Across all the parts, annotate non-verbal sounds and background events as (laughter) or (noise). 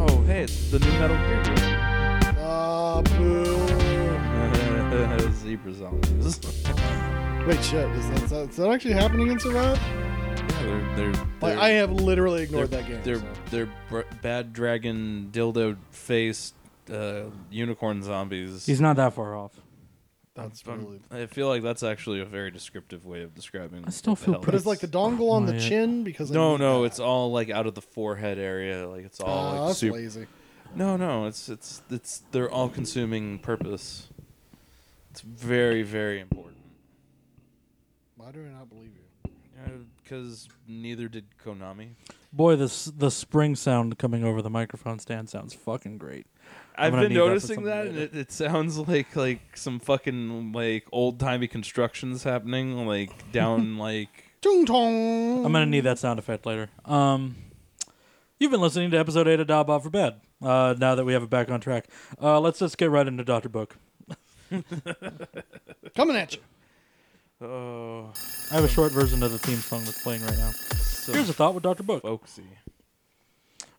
Oh, battle here. Ah, boo. dude. (laughs) Zebra (laughs) zombies. Wait, shit. Is that, is that, is that actually happening in Survive? Yeah, they're, they're, Like, they're- I have literally ignored they're- that game. They're so. they're br- bad dragon dildo faced uh, unicorn zombies. He's not that far off. That's I'm- really. I feel like that's actually a very descriptive way of describing. I still what the feel hell But it is. it's like the dongle on the Wyatt. chin because I No, need no, that. it's all like out of the forehead area. Like it's all Ah, like that's super. lazy. No, no, it's it's it's their all-consuming purpose. It's very very important. Why do I not believe you? Because Uh, neither did Konami. Boy, this the spring sound coming over the microphone stand sounds fucking great. I've gonna been need that for noticing something that, and it, later. it sounds like like some fucking like old timey constructions happening, (laughs) like down like Tung tong. I'm gonna need that sound effect later. Um, you've been listening to episode eight of Dial Bob for Bad. Uh, now that we have it back on track, uh, let's just get right into Doctor Book. coming at you. oh, I have a short version of the theme song that's playing right now. so Here's a thought with Doctor Book. folksy.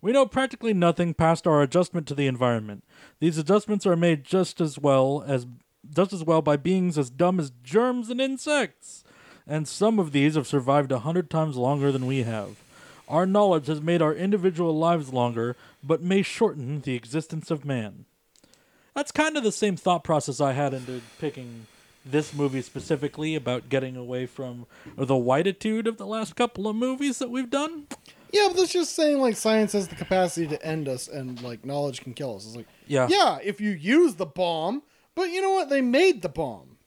We know practically nothing past our adjustment to the environment. These adjustments are made just as well as just as well by beings as dumb as germs and insects. And some of these have survived a hundred times longer than we have. Our knowledge has made our individual lives longer, but may shorten the existence of man. That's kind of the same thought process I had into picking this movie specifically about getting away from the whititude of the last couple of movies that we've done. Yeah, but that's just saying like science has the capacity to end us and like knowledge can kill us. It's like Yeah. yeah, if you use the bomb, but you know what? They made the bomb.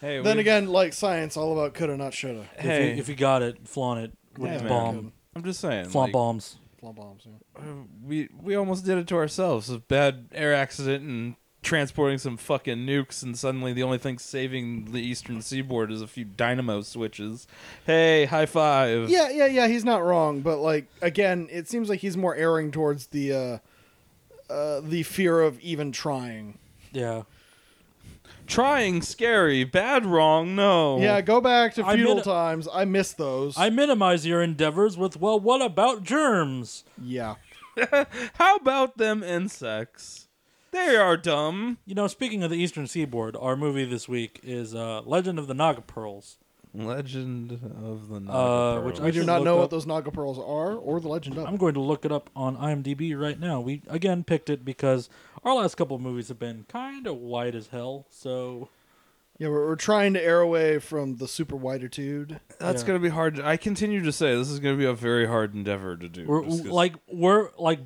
Hey, then we- again, like science, all about coulda not shoulda. If, hey, you, if you got it, flaunt it with Yeah, the man. bomb, I'm just saying, flaunt like, bombs. Plumb bombs. Yeah. we we almost did it to ourselves. A bad air accident and transporting some fucking nukes, and suddenly the only thing saving the eastern seaboard is a few dynamo switches. Hey, high five! yeah, yeah, yeah. He's not wrong, but like again, it seems like he's more erring towards the uh, uh, the fear of even trying. Yeah, trying scary, bad wrong. No, Yeah, go back to Oh. I feudal made a- times. I miss those. I minimize your endeavors with well, what about germs? yeah. How about them insects? They are dumb. You know, speaking of the Eastern Seaboard, our movie this week is uh, Legend of the Naga Pearls. Legend of the Naga Uh, which Pearl. We I do should not look know what up- those Naga pearls are or the legend of. I'm going to look it up on IMDb right now. We again picked it because our last couple of movies have been kind of white as hell. So Yeah, we're, we're trying to air away from the super whititude. That's Yeah. gonna be hard. To, I continue to say this is gonna be a very hard endeavor to do. we're just 'cause- like we're like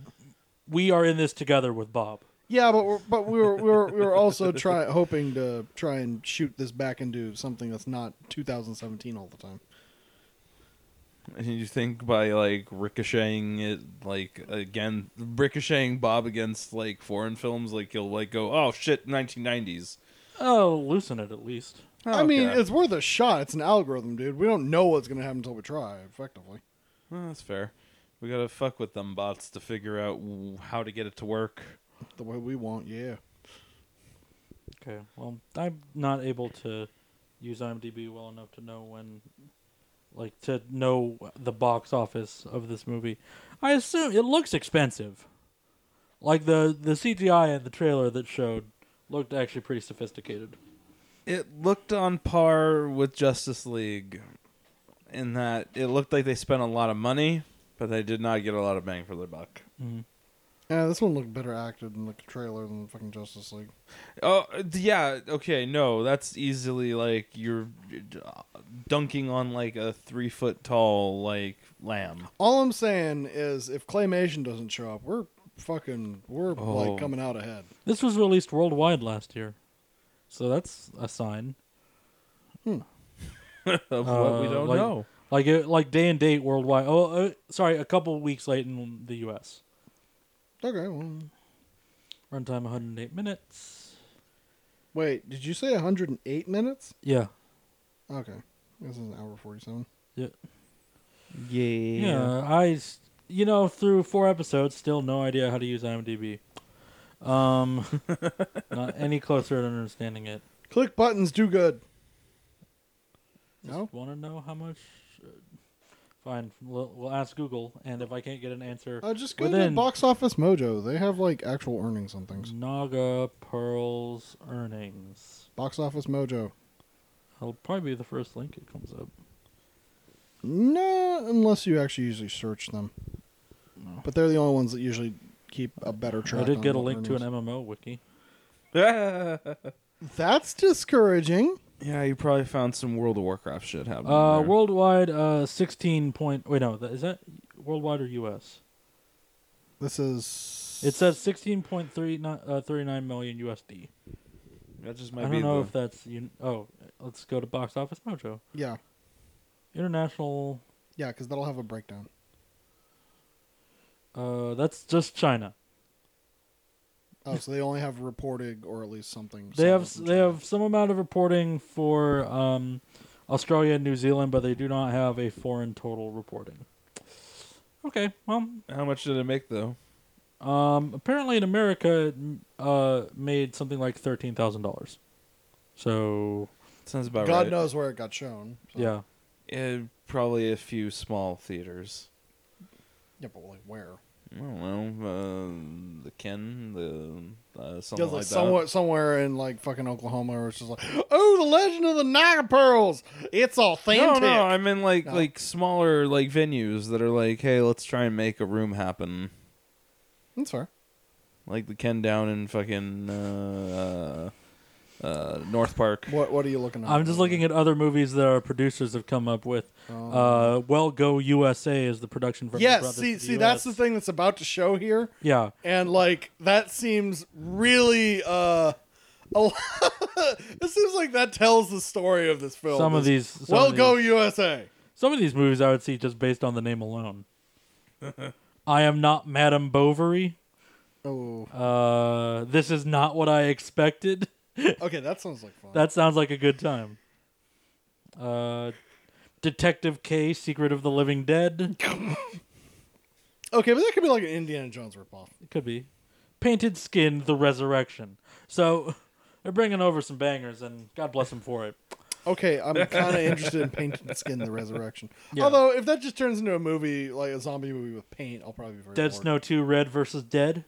we are in this together with Bob. Yeah, but we're, but we were we were we were (laughs) also try hoping to try and shoot this back into something that's not 2017 all the time. and you think by like ricocheting it, like again, ricocheting Bob against like foreign films, like you'll like go, oh shit, 1990s. Oh, loosen it at least. Oh, I mean, okay. it's worth a shot. It's an algorithm, dude. We don't know what's gonna happen until we try. Effectively, Well, that's fair. We gotta fuck with them bots to figure out w- how to get it to work. the way we want. Yeah. Okay. Well, I'm not able to use IMDb well enough to know when, like, to know the box office of this movie. I assume it looks expensive. Like the the CGI in the trailer that showed looked actually pretty sophisticated. It looked on par with Justice League in that it looked like they spent a lot of money, but they did not get a lot of bang for their buck. Yeah, this one looked better acted in the trailer than fucking Justice League. Oh, uh, yeah, okay, no, that's easily like you're uh, dunking on like a three foot tall, like, lamb. (laughs) All I'm saying is, if claymation doesn't show up, we're fucking we're Oh. like coming out ahead. This was released worldwide last year, so that's a sign. of Uh, what we don't like- know. Like it, like day and date worldwide. Oh, uh, sorry, a couple weeks late in the U.S. Okay. Well, Runtime 108 minutes. wait. Did you say 108 minutes? Yeah. Okay. This is an hour 47. Yeah. Yeah. Yeah, I, s- you know, through four episodes, still no idea how to use IMDb. Um, not any closer to understanding it. Click buttons do good. No? Want to know how much? uh, Fine. We'll, we'll ask Google, and if I can't get an answer, Uh, just go to Within- Box Office Mojo. They have like actual earnings on things. Naga Pearl's earnings. Box Office Mojo. I'll probably be the first link it comes up. No, unless you actually usually search them. No. But they're the only ones that usually keep a better track. I did on get a what link to an earnings. MMO wiki. yeah, That's discouraging. you probably found some World of Warcraft shit happening. Uh, there. worldwide, uh, sixteen point. Wait, no, that- is that worldwide or U.S.? This is. It says sixteen point three uh, thirty nine million USD. that just I might be don't know the- if that's you. Oh, let's go to Box Office Mojo. Yeah, International. yeah, because that'll have a breakdown. Uh, that's just China. Oh, so they only have reporting or at least something. They have solid from they China. have some amount of reporting for um, Australia and New Zealand, but they do not have a foreign total reporting. Okay, well, how much did it make though. um, apparently in America, it, uh, made something like thirteen thousand dollars. So Sounds about God right. knows where it got shown. so- yeah, Eh, probably a few small theaters. Yeah, but like where? I don't know. Uh, the Ken, the uh, something Because like like that. somewhere, somewhere in like fucking Oklahoma, where it's just like, oh, the Legend of the Naga Pearls. It's No, authentic. no, I mean like No. like smaller like venues that are like, hey, let's try and make a room happen. That's fair. Like the Ken down in fucking uh, uh, North Park. What What are you looking at? I'm just looking at other movies that our producers have come up with. Um, Uh, well, Go USA is the production for. yes, see, see, that's the thing that's about to show here, Yeah, and like that seems really. uh a (laughs) It seems like that tells the story of this film. some of is, these. Some well, of go these, USA. Some of these movies I would see just based on the (laughs) name alone. I am not Madame Bovary. Oh, Uh, this is not what I expected. okay, that sounds like fun. That sounds like a good time. Uh, Detective K, Secret of the Living Dead. okay, but that could be like an Indiana Jones ripoff. It could be. Painted Skin, The Resurrection. So they're bringing over some bangers, and God bless them for it. Okay, (laughs) I'm kind of interested in painted skin the resurrection. Yeah. Although if that just turns into a movie like a zombie movie with paint, I'll probably be very Dead bored. Snow 2, Red versus Dead.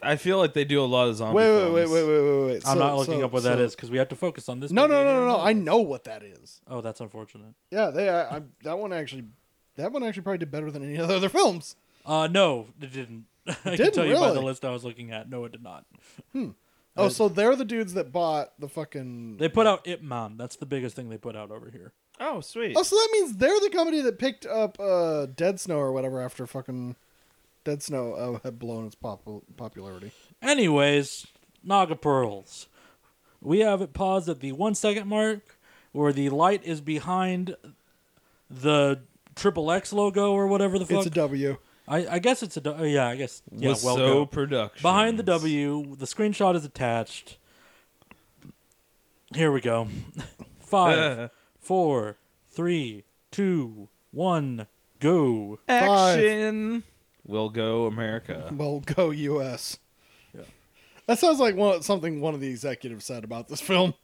I feel like they do a lot of zombie. Wait, wait, films. wait, wait, wait, wait, wait. I'm So- not looking so- up what that so- is because we have to focus on this. No, no, movie. no, no, no. I know what that is. Oh, that's unfortunate. Yeah, they. I, I, that one actually, that one actually probably did better than any of the other films. Uh, no, it didn't. (laughs) I can didn't, tell you by the really? list I was looking at. No, it did not. Oh, so they're the dudes that bought the fucking. They put out Ip Man. That's the biggest thing they put out over here. Oh, sweet. Oh, so that means they're the company that picked up uh, Dead Snow or whatever after fucking Dead Snow uh, had blown its pop- popularity. Anyways, Naga Pearls. We have it paused at the one second mark where the light is behind the triple X logo or whatever the fuck. It's a W. I, I guess it's a. du- oh, Yeah, I guess. Yeah, Was well, so go. production Behind (laughs) the W, the screenshot is attached. Here we go. (laughs) (laughs) Five, four, three, two, one, go. action. Will go America. Well, go U.S. Yeah. That sounds like one, something one of the executives said about this film.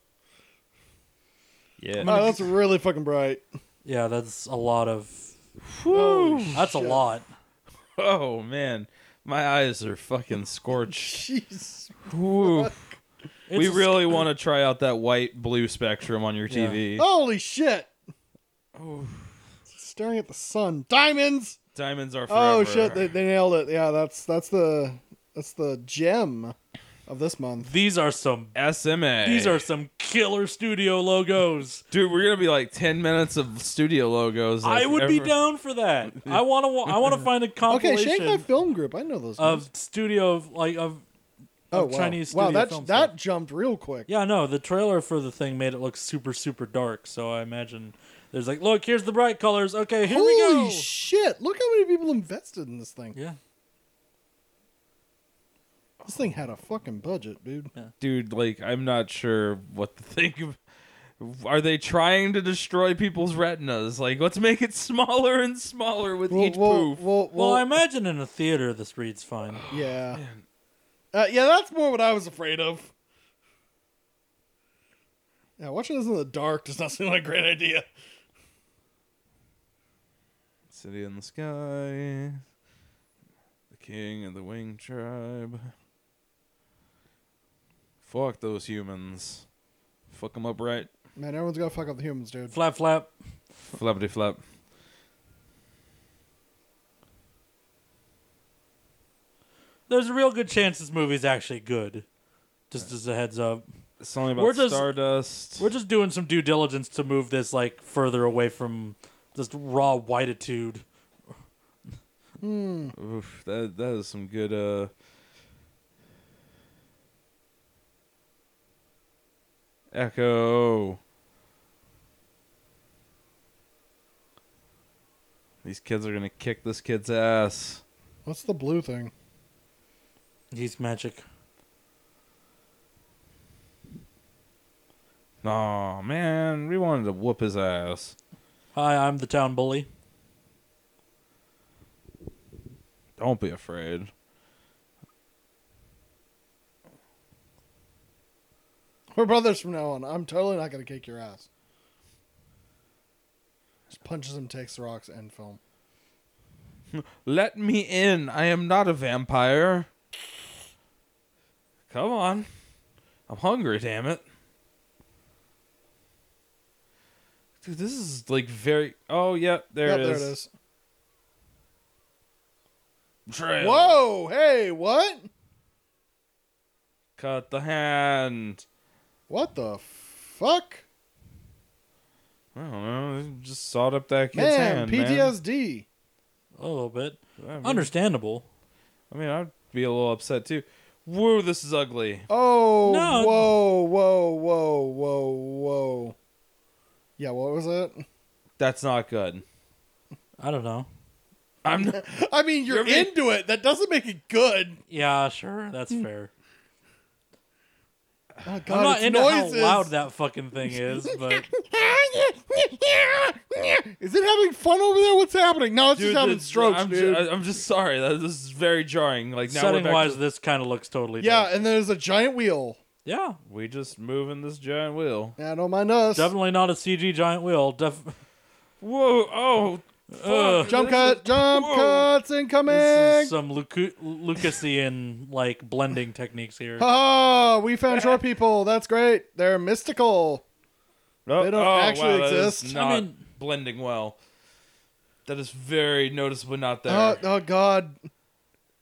Yeah. (laughs) (laughs) Oh, that's really fucking bright. Yeah, that's a lot of. Holy That's (laughs) a shit. lot. Oh man, my eyes are fucking scorched. Jeez. Ooh. we It's a- really want to try out that white blue spectrum on your Yeah. Oh. TV. Holy shit. Staring at the sun. Diamonds. Diamonds are forever. Oh shit, they, they nailed it. Yeah, that's that's the that's the gem of this month. These are some SMA. These are some killer (laughs) studio logos. dude. We're gonna be like ten minutes of studio logos. I like, would be ever- down for that. (laughs) I want to. I want to find a Okay, compilation Shanghai Film Group. I know those. of names. studio of, like of, oh of wow. Chinese Wow, studio that film that stuff. jumped real quick. Yeah, no. The trailer for the thing made it look super super dark. So I imagine there's like, look, here's the bright colors. Okay, here Holy we go. shit! Look how many people invested in this thing. yeah, This thing had a fucking budget, dude. dude. Like I'm not sure what to think of. Are they trying to destroy people's retinas? Like, let's make it smaller and smaller with each poof. Well, Well, well, I imagine in a theater this reads fine. Oh, yeah, uh, yeah. That's more what I was afraid of. Yeah, watching this in the dark does not seem like a great idea. City in the sky. The king of the wing tribe. Fuck those humans. Fuck them up right. Man, everyone's got to fuck up the humans, dude. Flap, flap. Flappity flap. There's a real good chance this movie's actually good. Just as a heads up. It's something about We're just- stardust. We're just doing some due diligence to move this like further away from just raw whititude. Hmm. Oof, that that is some good. uh Echo. These kids are gonna kick this kid's ass. What's the blue thing? He's magic. Oh man, we wanted to whoop his ass. Hi, I'm the town bully. Don't be afraid. We're brothers from now on. I'm totally not going to kick your ass. Just punches him, takes the rocks, end film. Let me in. I am not a vampire. Come on. I'm hungry, damn it. Dude, this is like very. Oh, yep, there, Yep, it, there is. it is. Trail. Whoa! Hey, what? Cut the hand. What the fuck? I don't know. they Just sawed up that kid's Man, hand. PTSD. A little bit. Man. I mean, Understandable. I mean, I'd be a little upset too. Woo, this is ugly. Oh, No. whoa, whoa, whoa, whoa, whoa. Yeah, what was it? That's not good. I don't know. I'm (laughs) not. I mean, you're, You're being- into it. That doesn't make it good. Yeah, sure. That's fair. Oh, Hmm. God, I'm not it's into noises. how loud that fucking thing is, but (laughs) Is it having fun over there? What's happening? No, (laughs) it's Dude, just having this- strokes, I'm, dude. Just, I'm just sorry. That, this is very jarring. Like now we're setting back wise, to- this kind of looks totally. yeah, dope. and there's a giant wheel. yeah. we just moving this giant wheel. Yeah, don't mind us. Definitely not a CG giant wheel. Def- Whoa! Oh, Ugh. Uh, Jump This is- cut, jump Whoa. cuts, this incoming. is some Lucu- Lucasian like blending techniques here. Ha! we found short people. That's great. They're mystical. No, They don't oh, actually wow, that is exist. I Not mean- blending well. That is very noticeably not there. Is Oh, (laughs) oh God.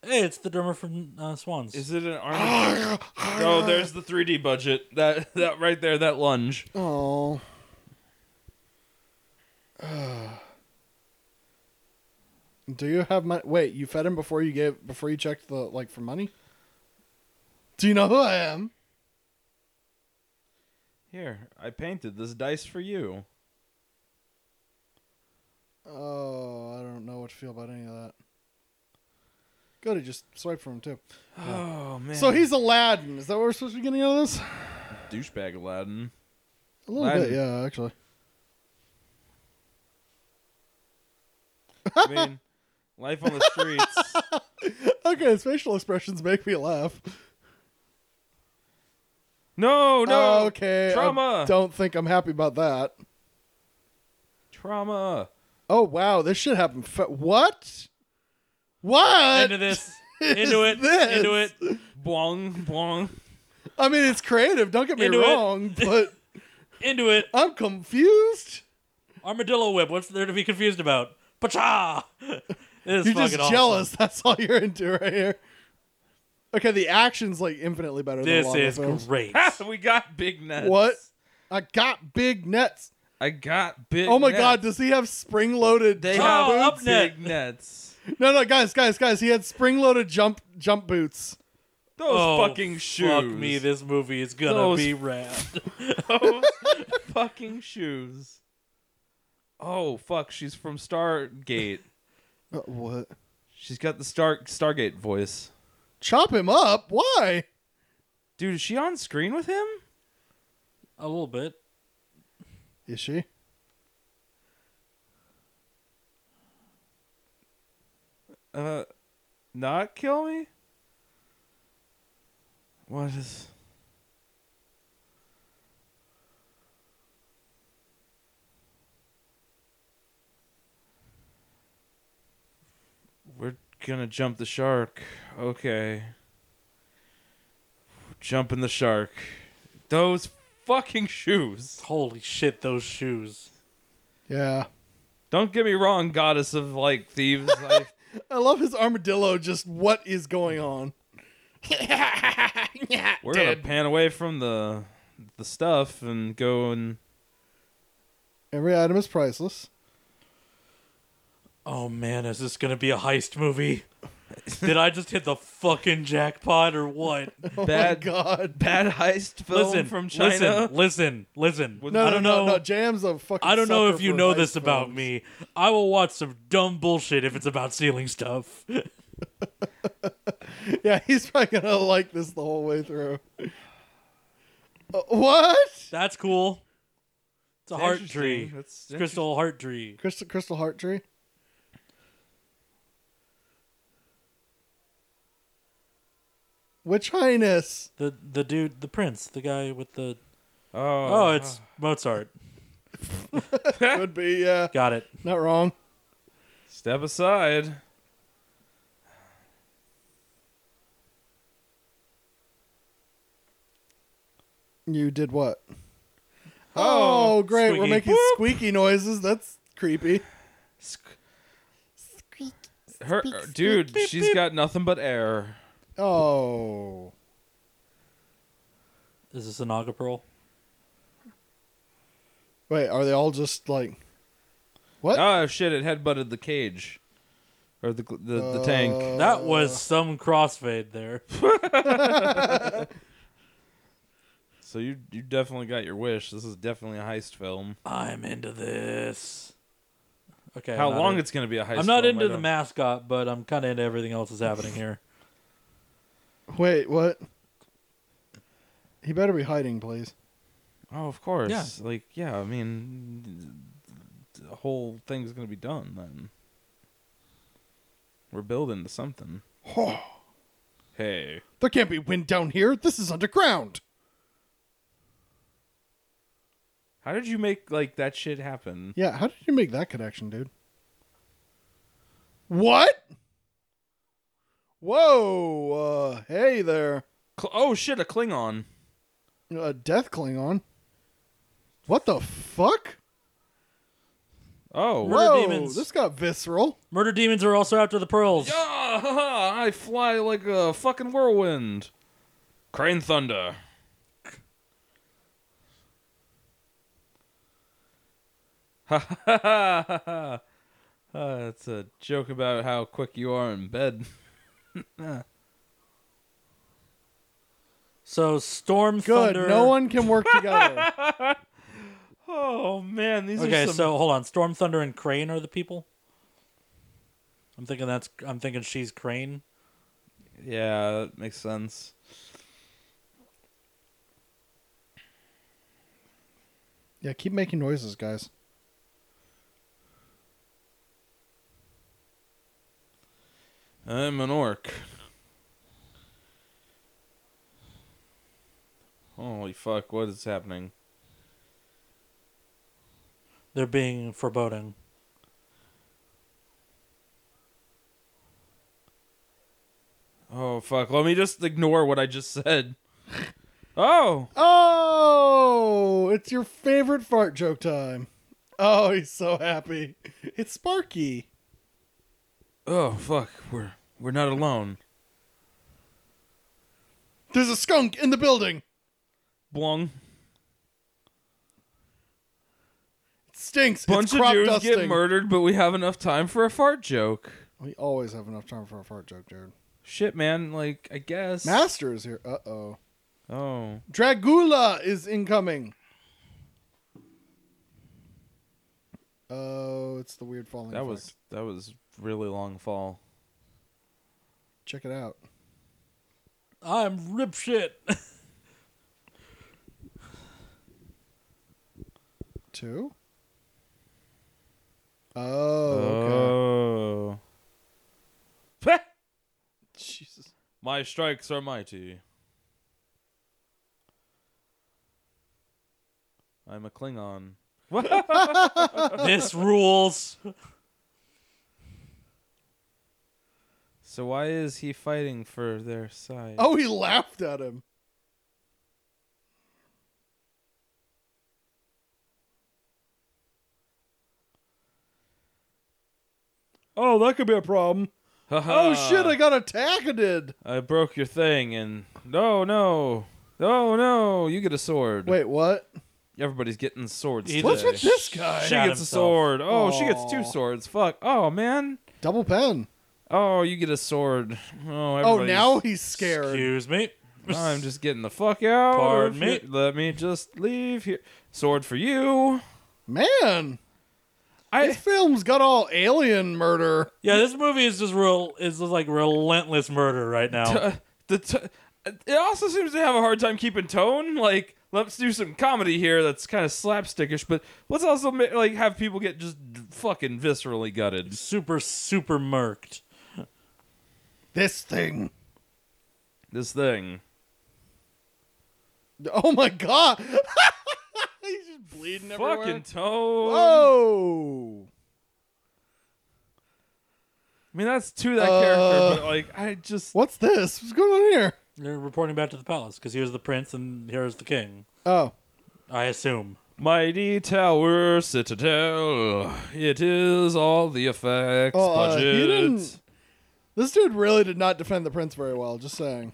Hey, it's the drummer from uh, Swans. it an arm? no, there's the 3D budget. That that right there, that lunge. Oh. (sighs) Do you have money? Wait, you fed him before you gave before you checked the like for money. Do you know who I am? Here, I painted this dice for you. Oh, I don't know what to feel about any of that. Good, he just swiped for him too. (sighs) Oh man! So he's Aladdin. Is that what we're supposed to be getting out of this? douchebag (laughs) Aladdin. A little Aladdin. bit, yeah, actually. (laughs) I mean, life on the (laughs) streets. Okay, his facial expressions make me laugh. No, Oh, no. okay. I Trauma. don't think I'm happy about that. Trauma. Oh wow, this shit happened. Fa- what? What? into this, (laughs) is into it, this? into it. Bwong, bwong. I mean, it's creative. Don't get me Into it. wrong, (laughs) but into it. I'm confused. Armadillo whip. What's there to be confused about? Pacha. (laughs) It is You're fucking just awesome. jealous. (laughs) That's all you're into right here. Okay, the action's like infinitely better. than a This lot of is the films. (laughs) great. (laughs) we got big nuts. What? I got big nets. I got big. Oh my nuts. god, does he have spring loaded? They Oh, have up big (laughs) nets. No, no, guys, guys, guys. He had spring loaded jump jump boots. Those oh, fucking shoes. Fuck (laughs) me. This movie is gonna Those- be rad. (laughs) Those (laughs) fucking shoes. Oh fuck, she's from Stargate. Uh, what? She's got the Star Stargate voice. Chop him up? Why? Dude, is she on screen with him? A little bit. Is she? Uh not kill me? What is gonna jump the shark. Okay. Jumping the shark. Those fucking shoes. Holy shit, those shoes. Yeah. Don't get me wrong, goddess of like thieves. (laughs) I, I love his armadillo. Just what is going on? yeah, we're gonna pan away from the the stuff and go and Every item is priceless. Oh man, is this gonna be a (laughs) heist movie? Did I just hit the fucking jackpot or what? (laughs) Oh Bad- my god. bad heist film listen, from China. listen, listen, listen. With- No, I don't no, know. No, no, Jam's a fucking. I don't know sucker if you for know heist this about films. me. I will watch some dumb bullshit if it's about stealing stuff. (laughs) Yeah, he's probably gonna like this the whole way through. Uh, what? That's cool. It's a heart Interesting. tree. That's Crystal heart tree. Crystal Crystal Heart Tree. Which highness? The the dude, the prince, the guy with the interesting. Oh, Oh, it's Mozart. Could be. Yeah, Got it. not wrong. step aside. You did what? Oh, Oh, great! We're squeaky. making Whoop. squeaky noises. That's creepy. Squeak. Her, dude, she's got nothing but air. Oh, Is this an Naga pearl? wait. Are they all just like? What? Oh shit! It headbutted the cage, or the the, the Uh, tank. That was some crossfade there. So you you definitely got your wish. This is definitely a heist film. I'm into this. Okay. How I'm not long in- it's gonna be a heist? I'm not film, I into the don't- mascot, but I'm kind of into everything else that's happening here. Wait, what? He better be hiding, please. Oh, of course. Like yeah, I mean, the whole thing's gonna be done then. We're building to something. Hey. There can't be wind down here. This is underground. How did you make like that shit happen? Yeah, how did you make that connection, dude? What? Whoa, uh, hey there. Cl- oh shit, a Klingon. Uh, Death Klingon. What the fuck? Oh. Murder Whoa, demons. this got visceral. Murder demons are also after the pearls. Yeah, haha, I fly like a fucking whirlwind. Crane thunder. (laughs) Ha ha ha ha ha. Uh, It's a joke about how quick you are in bed. So storm Good. thunder. No one can (laughs) work together. Oh man, these Okay, are some. so hold on. Storm thunder and crane are the people. I'm thinking that's. I'm thinking she's crane. Yeah, that makes sense. yeah, keep making noises, guys. I'm an orc. Holy fuck! What is happening? They're being foreboding. Oh fuck! Let me just ignore what I just said. Oh, Oh, it's your favorite fart joke time. Oh, he's so happy. It's Sparky. oh fuck! We're we're not alone. There's a skunk in the building. Blung. It stinks. Bunch it's of crop dudes dusting. get murdered, but we have enough time for a fart joke. We always have enough time for a fart joke, Jared. Shit, man. Like I guess. Master is here. Uh oh. oh, Dragula is incoming. Oh, it's the weird falling. that effect. was that was really long fall. Check it out. I'm rip (laughs) shit. Two. Oh, okay. Oh. Jesus. My strikes are mighty. I'm a Klingon. this rules. So why is he fighting for their side? Oh, he laughed at him. Oh, that could be a problem. Oh shit, I got attacked. I broke your thing, and no, no, no, no! You get a sword. Wait, what? everybody's getting swords. Either. What's with today. this guy? She Shot gets a himself. sword. Oh, she gets Aw. two swords. Fuck. Oh man. Double pen. Oh, you get a sword. Oh, Oh, everybody's- now he's scared. Excuse me. I'm just getting the fuck out. Pardon of me. here. Let me just leave here. Sword for you. Man, this I. film's got all alien murder. Yeah, this movie is just real. Is just like relentless murder right now. Uh, (laughs) the t- it also seems to have a hard time keeping tone. Like, let's do some comedy here that's kind of slapstickish, but let's also ma- like have people get just fucking viscerally gutted. super, super murked. This thing. This thing. Oh my god. (laughs) he's just bleeding everywhere. Oh! Fucking tone. Whoa. I mean, that's to that Uh, character, but like, I just What's this? What's going on here? They're reporting back to the palace because here's the prince and here's the king. Oh. I assume. mighty tower citadel. It is all the effects Oh, uh, he budget. didn't- This dude really did not defend the prince very well, just saying.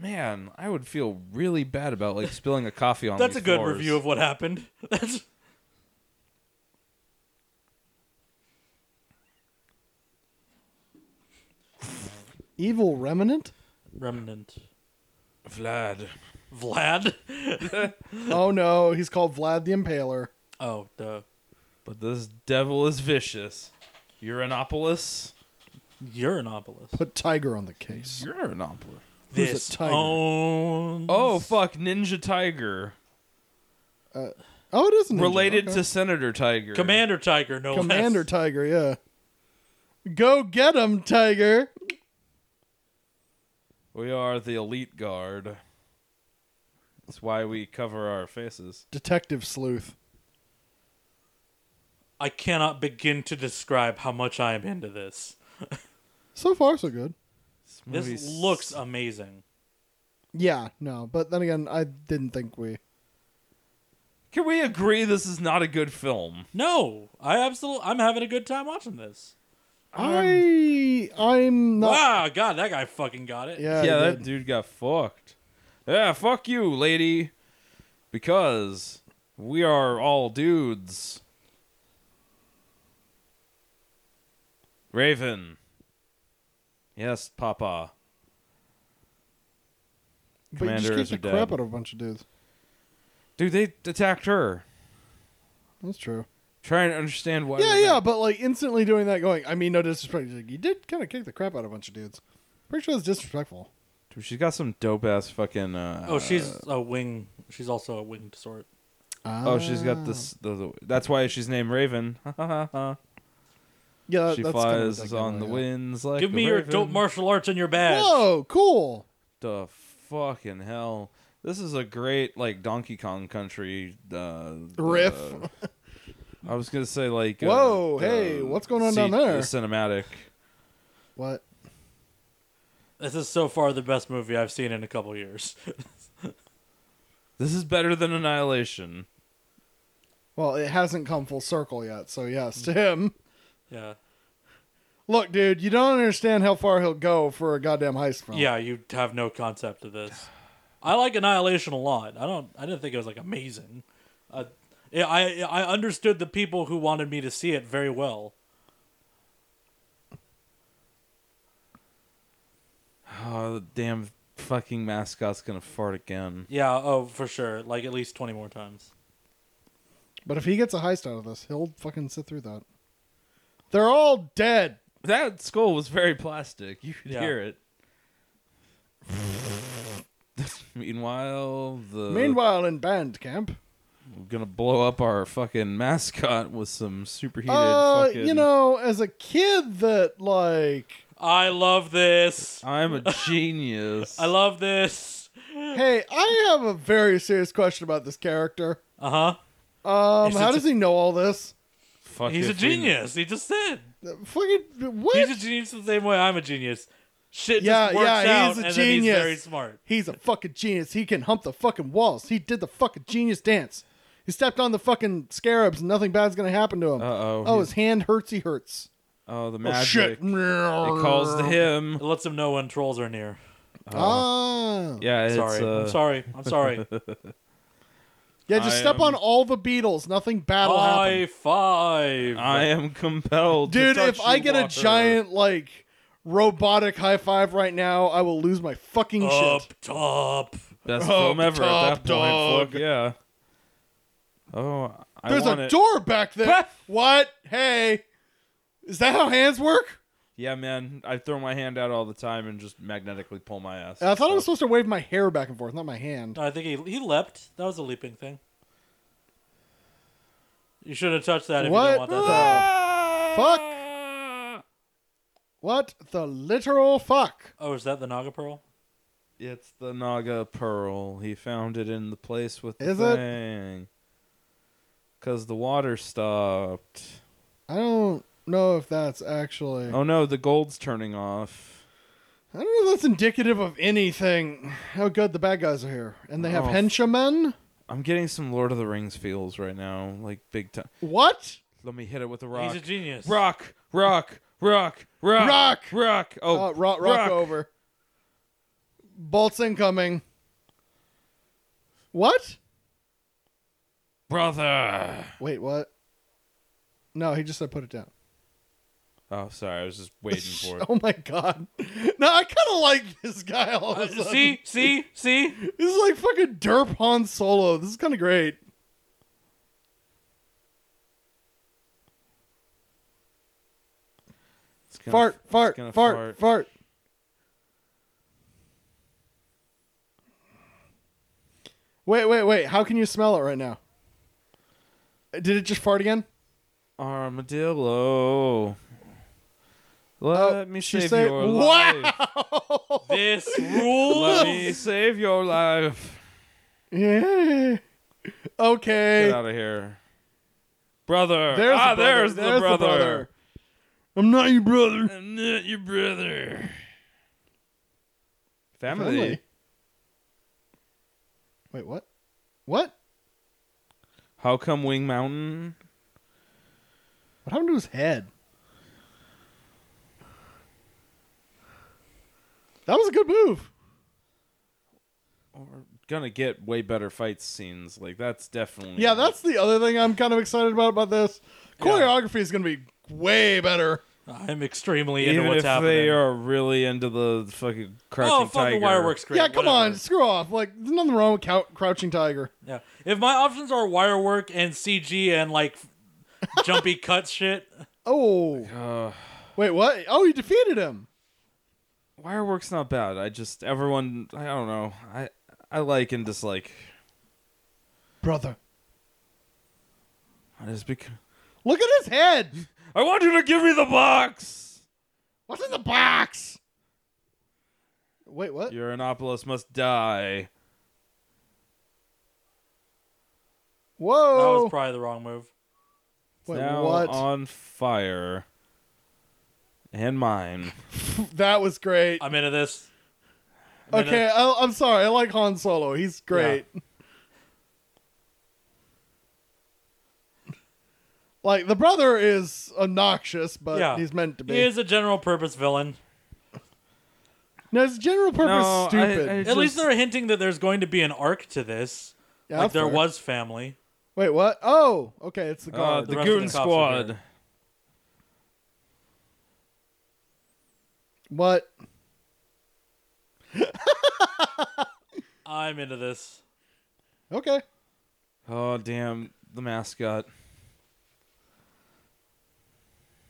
Man, I would feel really bad about like spilling a coffee on. That's a these good floors. review of what happened. (laughs) That's Evil remnant? remnant. Vlad. Vlad. oh no, he's called Vlad the Impaler. Oh, the But this devil is vicious. Uranopolis. Uranopolis. Put Tiger on the case. Uranopolis. Who's a this tiger? owns. Oh fuck, Ninja Tiger. Oh, it is ninja. Related okay. to Senator Tiger. Commander Tiger. No Commander less. Tiger, yeah. Go get him, Tiger. We are the elite guard. That's why we cover our faces. Detective Sleuth. I cannot begin to describe how much I am into this. So far, so good. This movie's- looks amazing. Yeah, no, but then again, I didn't think we. Can we agree this is not a good film? No, I absolutely. I'm having a good time watching this. Um, I I'm not. Wow, God, that guy fucking got it. Yeah, yeah, I that did. dude got fucked. Yeah, fuck you, lady. Because we are all dudes. Raven. Yes, Papa. but you just Commander kicked is the her dad. crap out of a bunch of dudes. Dude, they attacked her. That's true. Trying to understand why. yeah, they- yeah, but like instantly doing that, going. I mean, no disrespect. he's Like, you did kind of kick the crap out of a bunch of dudes. Pretty sure that's disrespectful. Dude, she's got some dope ass fucking. Uh, Oh, she's a wing. She's also a winged sort. Oh, she's Uh, got Ah. this. The, the, that's why she's named Raven. Yeah, that- she that's kinda flies ridiculous, on the yeah. winds like. Give a me your dope raven. martial arts in your bag. Whoa, cool. the fucking hell. This is a great like Donkey Kong Country uh, Riff. uh, I was gonna say like. uh, Whoa, the hey, what's going on down C- there? The cinematic. (laughs) What? This is so far the best movie I've seen in a couple years. (laughs) This is better than Annihilation. Well, it hasn't come full circle yet. So yes, (laughs) to him. yeah, Look, dude, you don't understand how far he'll go for a goddamn heist film. yeah. You have no concept of this. I like Annihilation a lot. I don't. I didn't think it was like amazing. Uh, yeah, I I understood the people who wanted me to see it very well. Oh, the damn fucking mascot's gonna fart again. Yeah. Oh, for sure. Like at least twenty more times. But if he gets a heist out of this, he'll fucking sit through that. They're all dead. That skull was very plastic. You could Yeah. hear it. (laughs) Meanwhile, the Meanwhile, in band camp, we're gonna blow up our fucking mascot with some superheated. uh, fucking... you know, as a kid, that like, I love this. I'm (laughs) a genius. I love this. hey, I have a very serious question about this character. Uh huh. Um, Is how it- does he know all this? fuck. He's a if we- genius. He just said. Fucking what? He's a genius the same way I'm a genius. Shit yeah, just works yeah, out, he's a and genius. then he's very smart. He's a fucking genius. He can hump the fucking walls. He did the fucking genius dance. He stepped on the fucking scarabs and nothing bad's gonna happen to him. Uh-oh. Oh, his hand hurts, he hurts. Oh, the Oh, shit. magic. It calls to him. It lets him know when trolls are near. Oh. Ah. Yeah, it's. Sorry, Uh, I'm sorry, (laughs) I'm sorry. Yeah, just I step am- on all the beetles. Nothing bad'll happen. High five. I am compelled. to Dude, touch if I you, get a Walker. giant like robotic high five right now, I will lose my fucking Oh, up shit. top. best Oh, film ever at that top point, dog. fuck yeah. Oh, I There's want a it. door back there. What? what? Hey. Is that how hands work? Yeah, man, I throw my hand out all the time and just magnetically pull my ass. I thought I was So- supposed to wave my hair back and forth, not my hand. No, I think he he leapt. That was a leaping thing. You should have touched that if you What didn't want that. Fuck. Ah! What the literal fuck? To oh, is that the Naga pearl? It's the Naga pearl. He found it in the place with the Is it? thing. Cause the water stopped. I don't know if that's actually. Oh no, the gold's turning off. I don't know if that's indicative of anything. How good the bad guys are here. And they have Oh. henchman? I'm getting some Lord of the Rings feels right now, like big time. What? Let me hit it with a rock. He's a genius. rock, rock, rock, rock, Rock! rock. Oh, Oh, rock, rock, over. Bolts incoming. What? brother. Wait, what? No, he just said put it down. Oh, sorry, I was just waiting (laughs) for it. Oh my god. No, I kind of like this guy all of Uh, a sudden. see, see, see. This is like fucking derp Han Solo. This is kind of great. It's gonna- fart, it's fart, gonna fart, fart, Wait, wait, wait. How can you smell it right now? Uh, Did it just fart again? Armadillo. Uh, Let me Oh, she save said- your life. (laughs) (laughs) This Let rules. me save your life. Yeah. Okay. Get out of here. Brother. There's ah, the brother. there's, the, There's the brother. brother. I'm not your brother. I'm not your brother. Family. Family. Wait, what? What? How come Wing Mountain? What happened to his head? That was a good move. We're gonna get way better fight scenes. Like that's definitely Yeah, that's the other thing I'm kind of excited about about this. Choreography is going to be way better. I'm extremely even into what's if happening. they are really into the fucking crouching oh, tiger. fucking wireworks great. yeah, come on, whatever. screw off. Like, there's nothing wrong with cou- Crouching Tiger. Yeah. If my options are wirework and CG and like (laughs) jumpy cut shit, Oh, Uh, wait, what? Oh, you defeated him. Wireworks not bad. I just everyone I don't know. I I like and dislike. Brother. I just bec- Look at his head. I want you to give me the box. What's in the box? Wait, what? Uranopolis must die. that Whoa. was probably the wrong move. wait, now what? on fire. And (laughs) mine. (laughs) that was great. I'm into this. I'm into- okay, I, I'm sorry. I like Han Solo. He's great. (laughs) like, the brother is obnoxious, but Yeah. he's meant to be. He is a general purpose villain. No, it's general purpose No, I- stupid. I At just- least they're hinting that there's going to be an arc to this. Yeah, like that's there fair. was family. Wait, what? Oh, okay, it's the Uh, guard. the rest of the Goon cops are Squad. here. what? I'm into this. Okay. Oh damn, the mascot.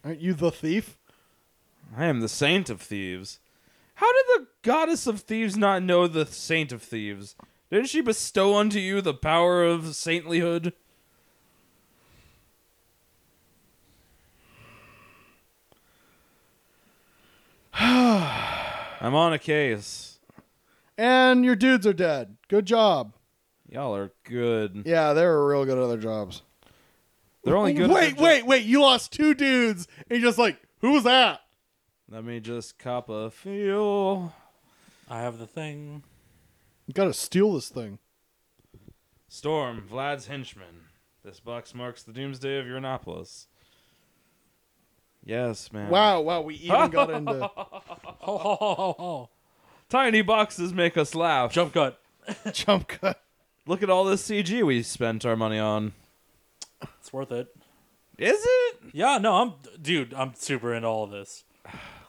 Aren't you the thief? I am the saint of thieves. How did the goddess of thieves not know the saint of thieves? Didn't she bestow unto you the power of saintlyhood? (sighs) I'm on a case. And your dudes are dead. Good job. Y'all are good. Yeah, they were real good at their jobs. They're only good. at wait, their wait, wait! You lost two dudes, and you're just like, who was that? job. Let me just cop a feel. I have the thing. You gotta steal this thing. Storm, Vlad's henchman. This box marks the doomsday of Uranopolis. Yes, man. Wow, wow, we (laughs) even got into Ho, ho, ho, ho, ho. Tiny boxes make us laugh. Jump cut. jump cut. Look at all this CG we spent our money on. It's worth it. Is it? Yeah, no, I'm dude, I'm super into all of this.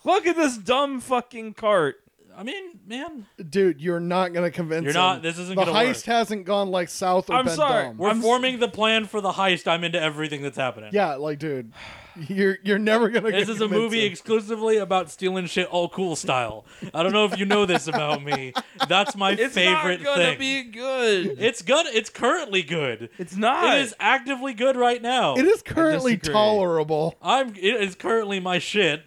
Look at this dumb fucking cart. I mean, man, Dude, you're not gonna convince You're not- him. this isn't The gonna heist work. hasn't gone like south or I'm been sorry, dumb. we're I'm s- forming the plan for the heist. I'm into everything that's happening. Yeah, like dude, (sighs) you're you're never gonna. This is a convince movie him. exclusively about stealing shit all cool style. I don't know if you know this (laughs) about me. That's my It's favorite not gonna thing. be (laughs) good. It's good. It's currently good. It's not. It is actively good right now. It is currently disagree. tolerable. I'm. It is currently my shit.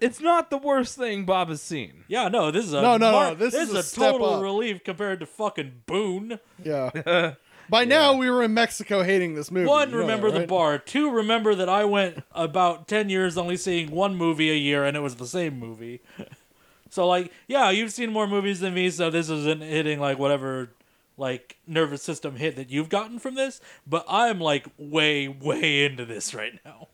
It's not the worst thing Bob has seen. Yeah, no, this is a No, no, no, mark- this is is, a step total up. relief compared to fucking Boone. Yeah. (laughs) By now we were in Mexico hating this movie. One, You know remember that, the right? bar. Two, remember that I went about ten years only seeing one movie a year, and it was the same movie. so like, yeah, you've seen more movies than me, so this isn't hitting like whatever like nervous system hit that you've gotten from this. But I'm like way, way into this right now.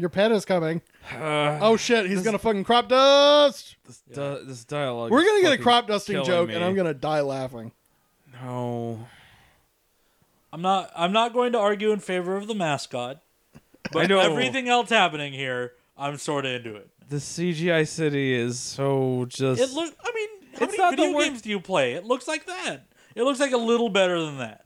Your pet is coming. Uh, oh shit, he's gonna fucking crop dust. This, di- this dialogue. We're is gonna get a fucking crop dusting killing joke, me. and I'm gonna die laughing. No. I'm not. I'm not going to argue in favor of (laughs) the mascot, but I know. everything else happening here, I'm sort of into it. The CGI city is so just. It look. I mean, how It's many not the video wor- games do you play? It looks like that. It looks like a little better than that.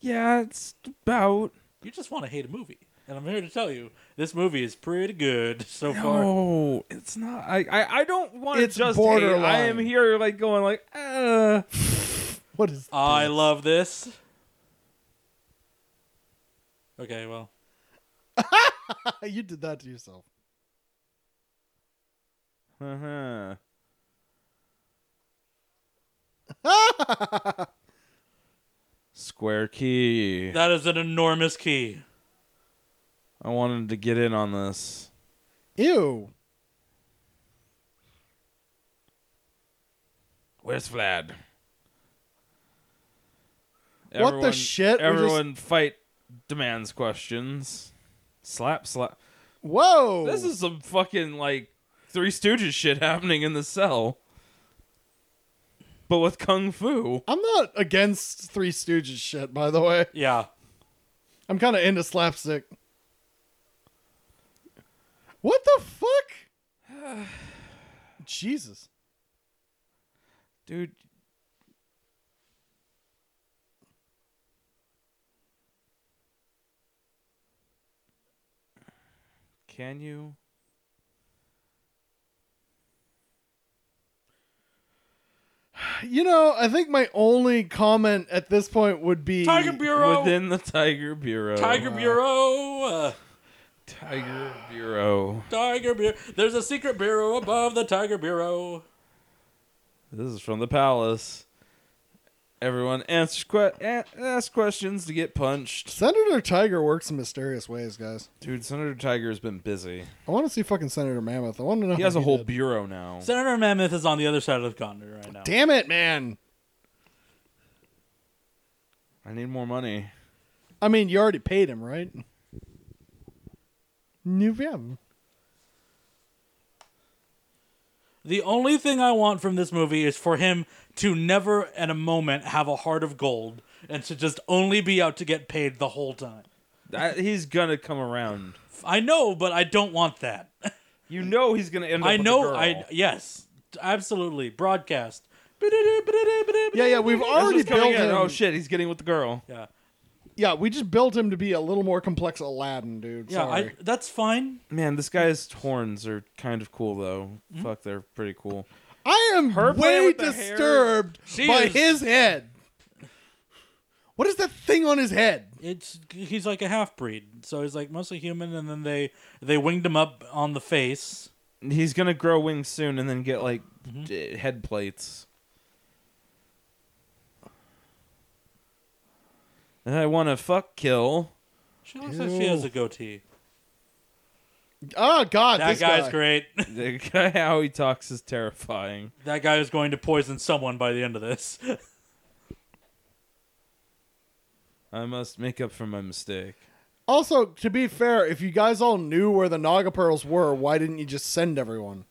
yeah, it's about. You just want to hate a movie, and I'm here to tell you this movie is pretty good (laughs) so far. No, it's not. I I, I don't want It's to just borderline. Hate. I am here like going like, uh, What is? I love this. Okay, well, (laughs) you did that to yourself. uh-huh. (laughs) Square key. that is an enormous key. I wanted to get in on this. Ew. Where's Vlad? What the shit? We're just- Everyone fight demands questions. Slap slap. Whoa. This is some fucking like Three Stooges shit happening in the cell, but with kung fu. I'm not against Three Stooges shit, by the way. Yeah, I'm kind of into slapstick. What the fuck? (sighs) Jesus. Dude. Can you? You know, I think my only comment at this point would be Tiger Bureau, Within the Tiger Bureau. Tiger Bureau, uh, Tiger Bureau. Tiger Bureau. There's a secret bureau above the Tiger Bureau. This is from the palace. Everyone answers que- a- ask questions to get punched. Senator Tiger works in mysterious ways, guys. Dude, Senator Tiger has been busy. I want to see fucking Senator Mammoth. I want to know. He how has a whole did. bureau now. Senator Mammoth is on the other side of the continent right now. Damn it, man! I need more money. I mean, you already paid him, right? New Vim. The only thing I want from this movie is for him to never at a moment have a heart of gold and to just only be out to get paid the whole time. That, he's gonna come around. I know, but I don't want that. You know he's gonna end up. I with a know. girl. I yes, absolutely. Broadcast. (laughs) Yeah, yeah, we've That's already what's coming built in. him. Oh shit, he's getting with the girl. Yeah, Yeah, we just built him to be a little more complex Aladdin, dude. yeah. Sorry. I, that's fine. Man, this guy's horns are kind of cool though. Mm-hmm. Fuck, they're pretty cool. I am Her playing way with the hair- disturbed She by is- his head. What is that thing on his head? It's he's like a half breed, so he's like mostly human, and then they they winged him up on the face. He's gonna grow wings soon and then get like Mm-hmm. d- head plates. And I want to fuck kill (laughs) She looks like she has a goatee. Oh God, That this guy's guy. great. (laughs) The guy how he talks is terrifying. That guy is going to poison someone by the end of this. (laughs) I must make up for my mistake. Also, to be fair, if you guys all knew where the Naga pearls were, why didn't you just send everyone?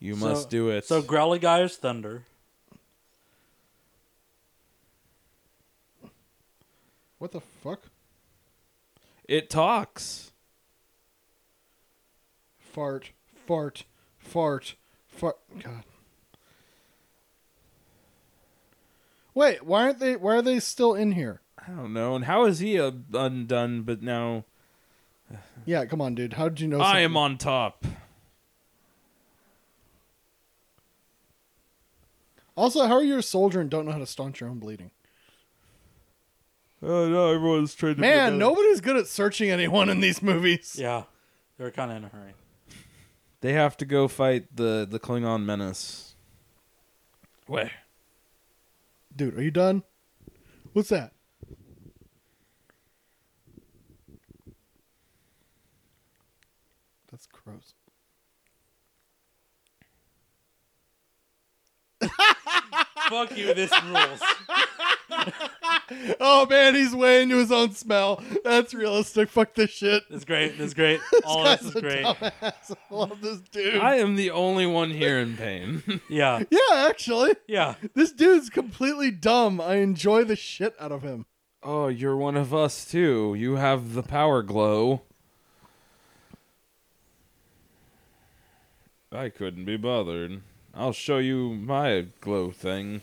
You So- must do it. So Growly Guy is thunder. What the fuck? it talks. Fart, fart, fart, fart. God. Wait, why aren't they? Why are they still in here? I don't know. And how is he uh, undone? But now Yeah, come on, dude. How did you know? I something- am on top. Also, how are you a soldier and don't know how to staunch your own bleeding? Oh no! Everyone's trying to. Man, nobody's good at searching anyone in these movies. Yeah, they're kind of in a hurry. They have to go fight the the Klingon menace. Where? Dude, are you done? What's that? That's gross. (laughs) (laughs) Fuck you. This rules. Oh man, he's way into his own smell. That's realistic. Fuck this shit. This is great. (laughs) This is great. All guy's this is a great. dumbass. I love this dude. I am the only one here in pain. (laughs) Yeah. yeah, actually, Yeah. this dude's completely dumb. I enjoy the shit out of him. oh, you're one of us too. You have the power glow. I couldn't be bothered. I'll show you my glow thing.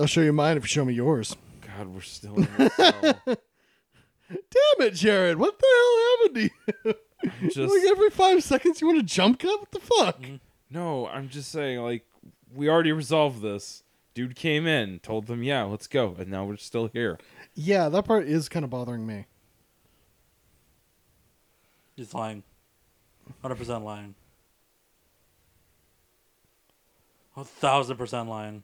I'll show you mine if you show me yours. God, we're still in this cell. Damn it, Jared! What the hell happened to you? (laughs) Just like every five seconds, you want to jump cut? What the fuck? Mm-hmm. no. I'm just saying, like, we already resolved this. Dude came in, told them, "Yeah, let's go," and now we're still here. Yeah, that part is kind of bothering me. He's lying. 100% lying. 1000% lying.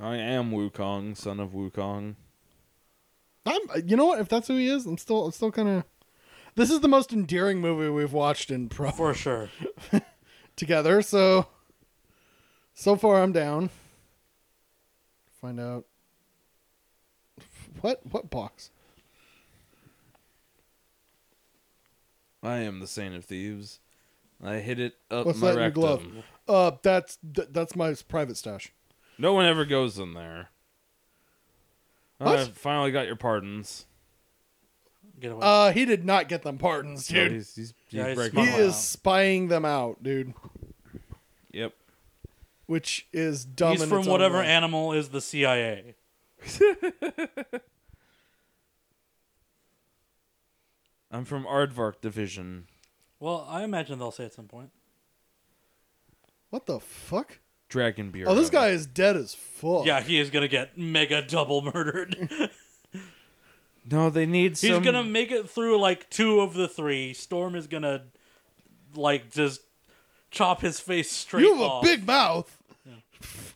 I am Wukong, son of Wukong. I'm, you know what? If that's who he is, I'm still, I'm still kind of. This is the most endearing movie we've watched in pro For sure. together. So, so far I'm down. Find out. What? What box? I am the Saint of Thieves. I hid it up What's my that in your rectum. glove? Uh, that's th- that's my private stash. No one ever goes in there. What? I finally got your pardons. Get away. Uh, he did not get them pardons, So dude. he's, he's, he's Yeah, he's breaking He my- smart. is spying them out, dude, Yep. which is dumb. He's in from its own whatever way. animal is the CIA. I'm from Aardvark Division. Well, I imagine they'll say at some point. What the fuck? Dragon Bureau. Oh, this guy is dead as fuck. Yeah, he is going to get mega double murdered. (laughs) No, they need He's some. gonna make it through like two of the three. Storm is gonna like just chop his face straight You have off. a big mouth.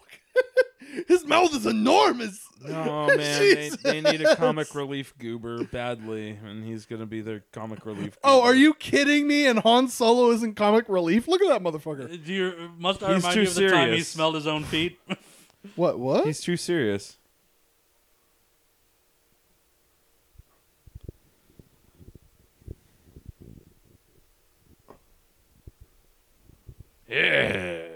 (laughs) His mouth is enormous. (laughs) No oh, man, they, Jesus. they need a comic relief goober badly, and he's gonna be their comic relief. Goober. Oh, are you kidding me? And Han Solo isn't comic relief. Look at that motherfucker. Do you must I He's remind too you of the time he serious. smelled his own feet? (laughs) What? What? (sighs) He's too serious. Yeah.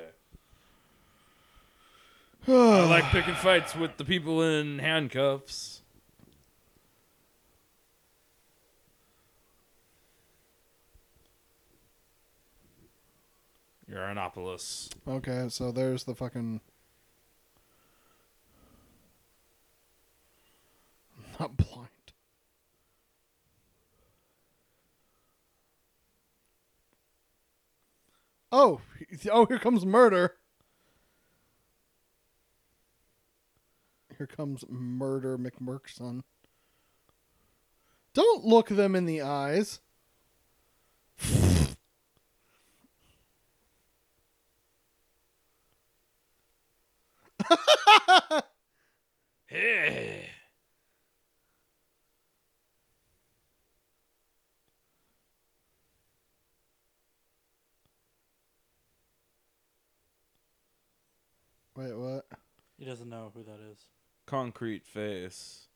I like picking fights with the people in handcuffs. Uranopolis. okay, so there's the fucking. (laughs) I'm not blind. Oh, (laughs) he- oh! Here comes murder. Here comes murder, McMurkson. Don't look them in the eyes. Wait, what? He doesn't know who that is. Concrete face.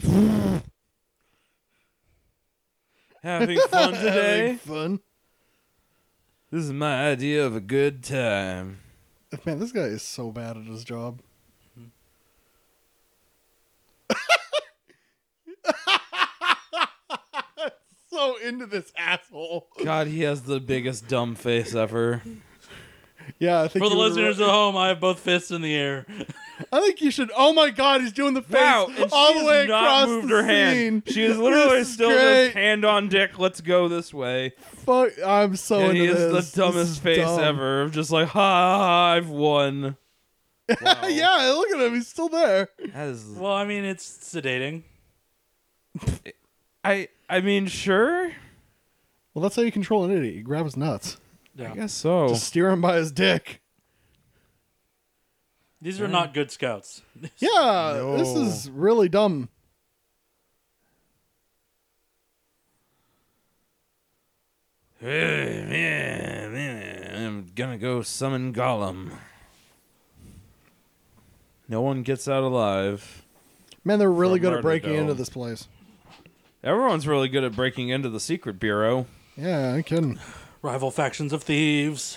(laughs) Having fun Having today? fun. This is my idea of a good time. Man, this guy is so bad at his job. (laughs) so into this asshole. God, he has the biggest dumb face ever. Yeah, I think For the you were listeners right. at home, I have both fists in the air. (laughs) I think you should. Oh my God, he's doing the face Wow, and all she's the way not across moved the her scene. hand. She is literally This is still great. just hand on dick. Let's go this way. Fuck, I'm so and into he is this. This the dumbest is face dumb. ever. Just like, ha, ha, ha, I've won. Wow. (laughs) yeah, look at him. He's still there. That is. Well, I mean, it's sedating. I. I mean, sure. Well, that's how you control an idiot. You grab his nuts, I Yeah. guess so. just steer him by his dick. These are not good scouts. (laughs) Yeah, this No. is really dumb. Hey, man, man, I'm gonna go summon Gollum. No one gets out alive. Man, they're really For good at breaking Murder into Dome. this place. Everyone's really good at breaking into the secret bureau. Yeah, I'm kidding. Rival factions of thieves.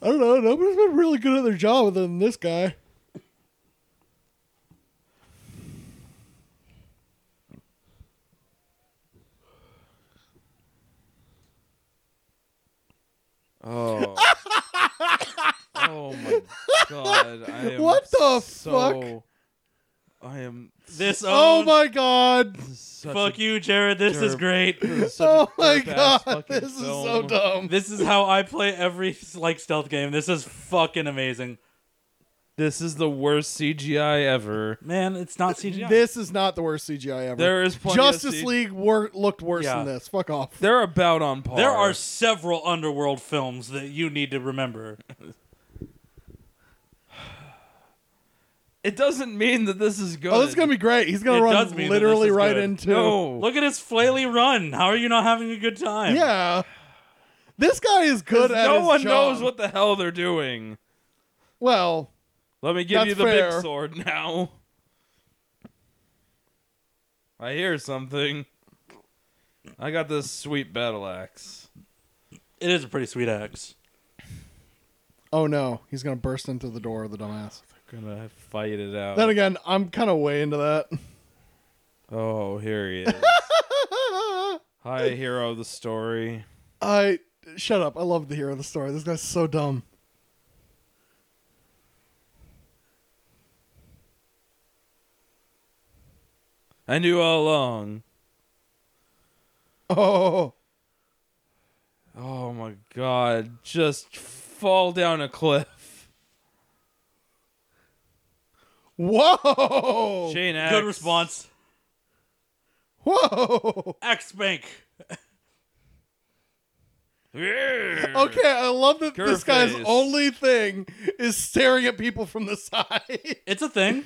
I don't know. Nobody's been really good at their job other than this guy. Oh. (laughs) oh my god. I am What the so, fuck? I am This. Oh owned- my god! such Fuck a, you, Jared. This is derp. great. (laughs) (laughs) Oh my god! This is so dumb. This is how I play every like stealth game. This is fucking amazing. This is the worst CGI ever. Man, it's not CGI. This is not the worst CGI ever. There is plenty of Justice C- League wor- looked worse Yeah. than this. Fuck off. They're about on par. there are several underworld films that you need to remember. It doesn't mean that this is good. Oh, this is gonna be great. He's gonna It does run mean that literally this is right good. into. no. Look at his flaily run. How are you not having a good time? Yeah. This guy is good at no his one job. knows what the hell they're doing. Well, Let me give That's you the fair. big sword now. (laughs) I hear something. I got this sweet battle axe. It is a pretty sweet axe. oh no, he's gonna burst in through the door. The dumbass. Gonna fight it out. Then again, I'm kind of way into that. oh, here he is. (laughs) Hi, hero of the story. I shut up. I love the hero of the story. This guy's so dumb. I knew all along. Oh, Oh my god, just fall down a cliff. whoa, Shane Axe. Good response. whoa. Axe bank. Okay, I love that this guy's Curve face. only thing is staring at people from the side. (laughs) It's a thing.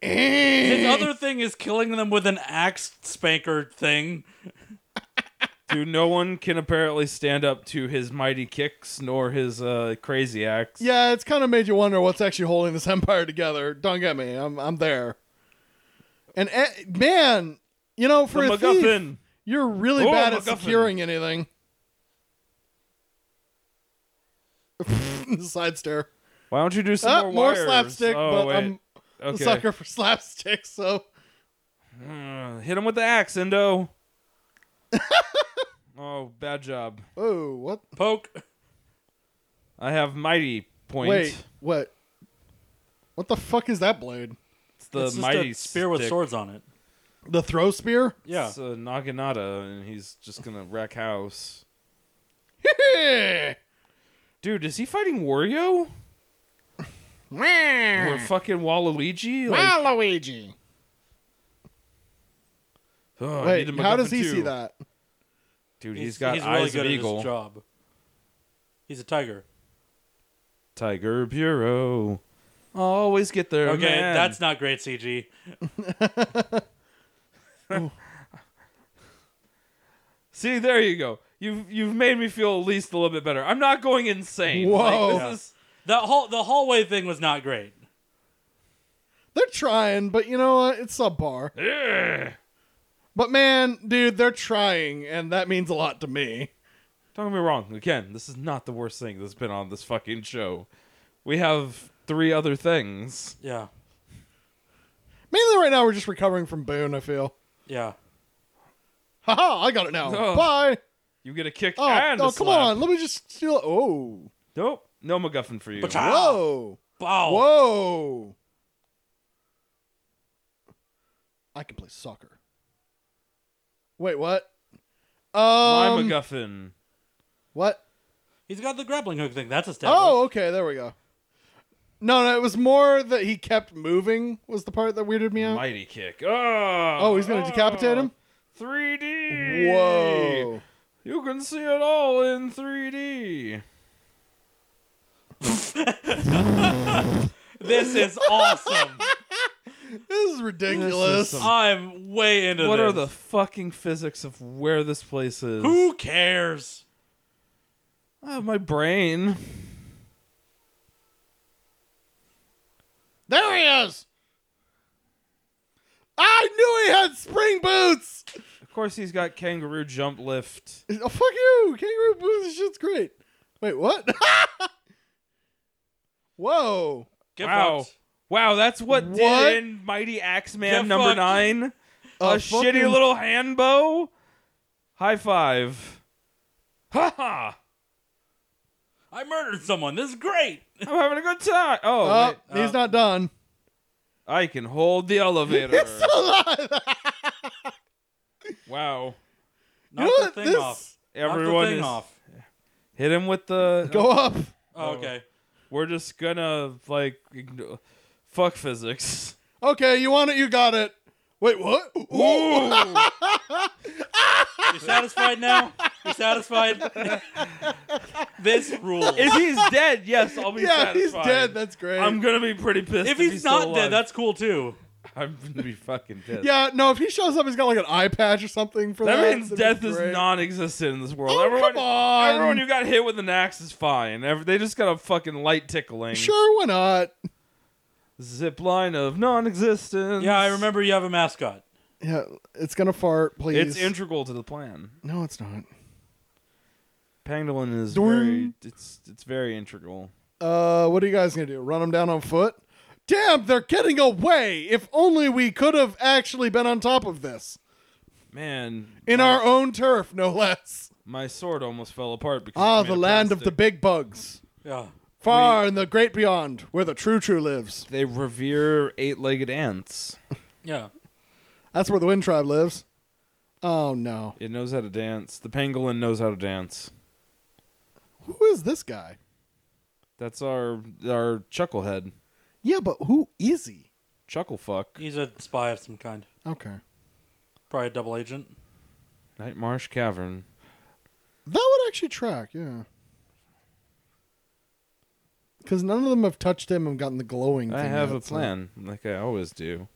His other thing is killing them with an axe spanker thing. (laughs) Dude, no one can apparently stand up to his mighty kicks nor his uh, crazy axe. yeah, it's kind of made you wonder what's actually holding this empire together. Don't get me, I'm I'm there. And eh, man, you know, the for a thief, MacGuffin. you're really Oh, bad at MacGuffin. securing anything. (laughs) Side stare. Why don't you do some Ah, more more wires? slapstick, Oh, but wait. I'm a okay. sucker for (laughs) slapstick, so Mm, hit him with the axe, (laughs) Endo. oh, bad job. oh, what? Poke. I have mighty point. Wait, what? What the fuck is that blade? it's the it's just mighty a spear with stick. swords on it. The throw spear? (laughs) Yeah. It's uh, Naginata, and he's just gonna wreck house. Dude, is he fighting Wario or fucking Waluigi? Like, Waluigi. oh, I Wait, need a how does MacGuffin he too. see that? Dude, he's got he's eyes really good of at eagle. His job. He's He's a tiger. Tiger Bureau. I'll always get there. Okay, man. that's not great CG. See, there you go. You've you've made me feel at least a little bit better. I'm not going insane. Like, Whoa. this is- The whole the hallway thing was not great. They're trying, but you know what? It's subpar. eh. But man, dude, they're trying, and that means a lot to me. don't get me wrong. Again, this is not the worst thing that's been on this fucking show. We have three other things. Yeah, Mainly right now, we're just recovering from Boone, I feel. yeah. Haha, I got it now. Oh. Bye. You get a kick Oh, and a oh, come slap. on. Let me just steal. Oh. Nope, no MacGuffin for you. Bacha- Ah. Whoa. Oh. Wow. Whoa. I can play soccer. Wait, what? My Um, MacGuffin. what? He's got the grappling hook thing. That's established. Oh, okay, there we go. No, no, it was more that he kept moving was the part that weirded me out. Mighty kick. Oh, oh, he's gonna decapitate him. 3D. Whoa! You can see it all in 3D. This is (laughs) awesome. (laughs) This is ridiculous. some- I'm way into What this. are the fucking physics of where this place is? Who cares? Ah, my brain. there he is. I knew he had spring boots. Of course, he's got kangaroo jump lift. Oh, fuck you, kangaroo boots. This shit's great. Wait, what? (laughs) Whoa! Get wow, fucked. wow, that's what, What? did in Mighty Axeman Get number fucked. nine. A, fucking- shitty little hand bow. High five. Ha ha! I murdered someone. This is great. I'm having a good time. Oh, Uh, Oh, wait. he's not done. (laughs) I can hold (laughs) the elevator. Alive. wow. Knock know the what? thing This- off. Knock Everyone the thing is- off. Hit him with the. Go up. (laughs) Oh, okay. We're just gonna like igno- fuck physics. Okay, you want it? You got it. Wait, what? Ooh. You satisfied now? You satisfied? (laughs) this rules. (laughs) If he's dead, yes, I'll be yeah, he's satisfied. dead. That's great. I'm gonna be pretty pissed. If he's still not dead, alive. that's cool too. I'm gonna be fucking pissed. Yeah, no, if he shows up, he's got like an eye patch or something for that. That means That'd death be is great. non-existent in this world. Oh, everyone, come on. everyone who got hit with an axe is fine. Ev- They just got a fucking light tickling Sure, why not? zip line of non-existence. Yeah, I remember you have a mascot. Yeah, it's gonna fart, please. It's integral to the plan. no, it's not. Pangolin is very. Doing. It's it's very integral. Uh, what are you guys gonna do? Run him down on foot? Damn, they're getting away. If only we could have actually been on top of this Man, in our own turf, no less. my sword almost fell apart because Ah, it's made the land of the plastic. big bugs, Yeah. far in the great beyond, where the true true lives. They revere eight-legged ants. Yeah. That's where the wind tribe lives. Oh no, It knows how to dance. The pangolin knows how to dance. who is this guy? That's our our chucklehead, Yeah, but who is he? chucklefuck, He's a spy of some kind. Okay. Probably a double agent. Night Marsh Cavern. That would actually track, yeah. Because none of them have touched him and gotten the glowing. I thing have a yet, so plan, like I always do.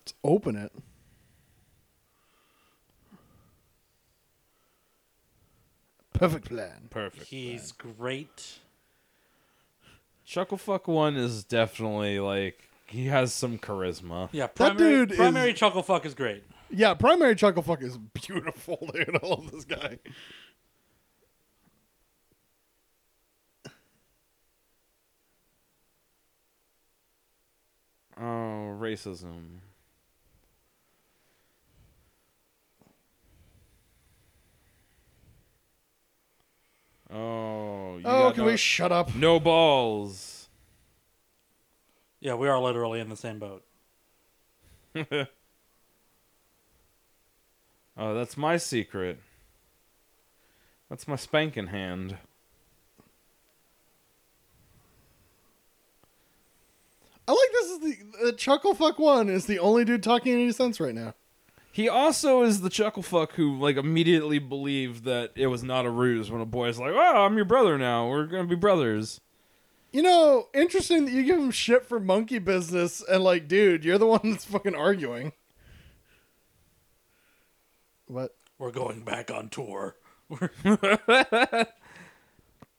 let's open it. Perfect plan. Perfect. He's great. Chucklefuck one is definitely like he has some charisma. Yeah, primary, dude is- primary chuckle fuck is great. Yeah, primary chucklefuck is beautiful, (laughs) dude. I love this guy. Oh, racism. Oh, you Oh, got can no, we shut up? no balls. Yeah, we are literally in the same boat. Oh, that's my secret. That's my spanking hand. I like this is the, the chucklefuck one is the only dude talking any sense right now. He also is the chucklefuck who like immediately believed that it was not a ruse when a boy's like, "Oh, I'm your brother now. We're gonna be brothers." You know, interesting that you give him shit for monkey business and like, dude, you're the one that's fucking arguing. What? We're going back on tour.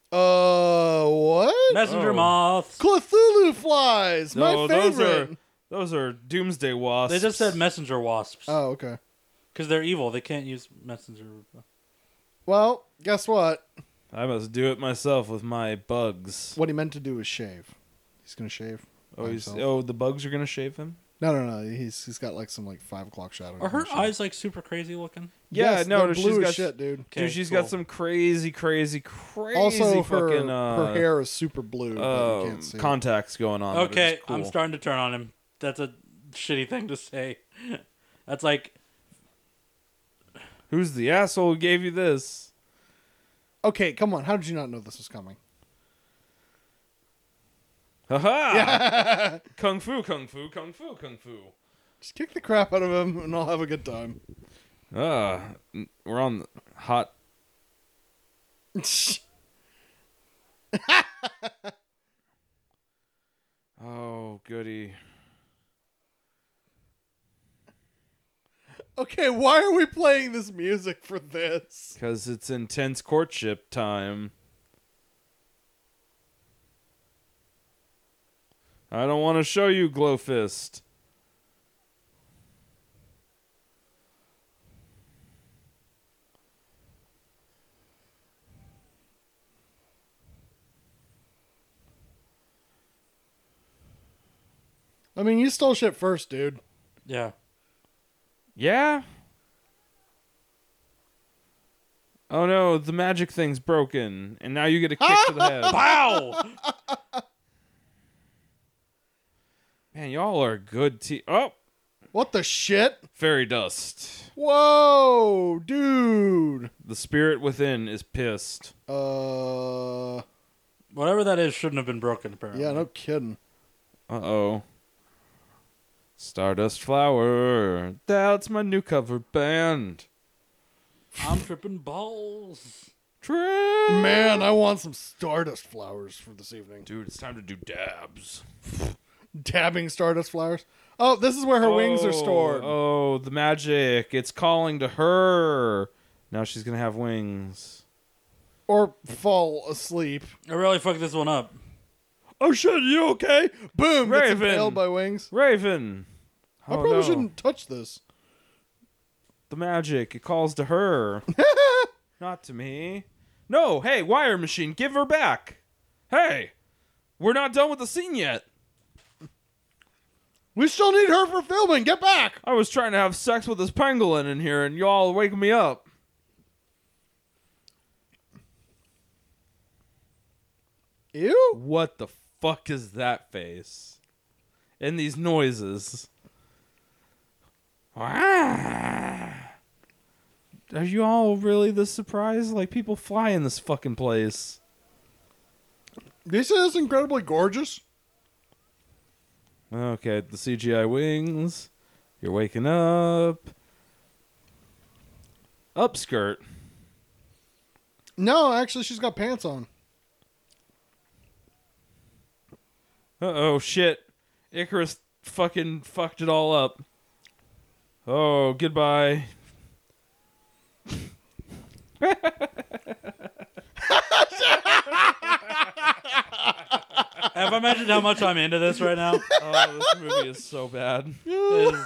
Uh, what? Messenger Oh. moths. Cthulhu flies, my No, those favorite. are those are doomsday wasps. They just said messenger wasps because Oh, okay. they're evil. They can't use messenger. Well, guess what? I must do it myself with my bugs. What he meant to do was shave. He's gonna shave. Oh, he's, himself. oh, the bugs are gonna shave him. No, no, no. He's he's got like some like five o'clock shadow. Are her Shit. eyes like super crazy looking? Yeah, Yes, no, they're she's blue got as shit, dude. Dude, she's got some crazy, crazy, crazy Also, her fucking uh, her hair is super blue. but you um, can't see. it. contacts going on. that are Okay, just cool. I'm starting to turn on him. That's a shitty thing to say. (laughs) That's like Who's the asshole who gave you this? okay, come on. How did you not know this was coming? Haha! (laughs) kung fu, kung fu, kung fu, kung fu. Just kick the crap out of him, and I'll have a good time. (laughs) Ah, n- we're on the hot. Oh, goody. okay, why are we playing this music for this? Because it's intense courtship time. I don't want to show you Glowfist. I mean, you stole shit first, dude. yeah. Yeah? Oh no, the magic thing's broken, and now you get a kick to the (laughs) head. Wow. Man, y'all are good te- Oh! What the shit? Fairy dust. Whoa, dude. The spirit within is pissed. Uh, (laughs) Whatever that is shouldn't have been broken. Apparently. yeah, no kidding. Uh oh. Stardust Flower. That's my new cover band. I'm tripping balls. Trip. Man, I want some stardust flowers for this evening. Dude, it's time to do dabs. Dabbing stardust flowers. Oh, this is where her wings are stored. Oh, the magic. It's calling to her. Now she's going to have wings. Or fall asleep. I really fucked this one up. Oh shit, you okay? Boom! Gets Raven. impaled by wings. Raven. I Oh, probably no. shouldn't touch this. The magic. It calls to (laughs) her. Not to me. No, hey, wire machine, give her back. Hey, we're not done with the scene yet. We still need her for filming. Get back. I was trying to have sex with this pangolin in here, and y'all wake me up. Ew. What the fuck is that face? And these noises. Ah. Are you all really this surprised? Like people fly in this fucking place. This is incredibly gorgeous. Okay, the CGI wings. You're waking up. Upskirt. No, actually, she's got pants on. Uh oh, shit. Icarus fucking fucked it all up. Oh, goodbye. Have I mentioned how much I'm into this right now? Oh, this movie is so bad. (laughs)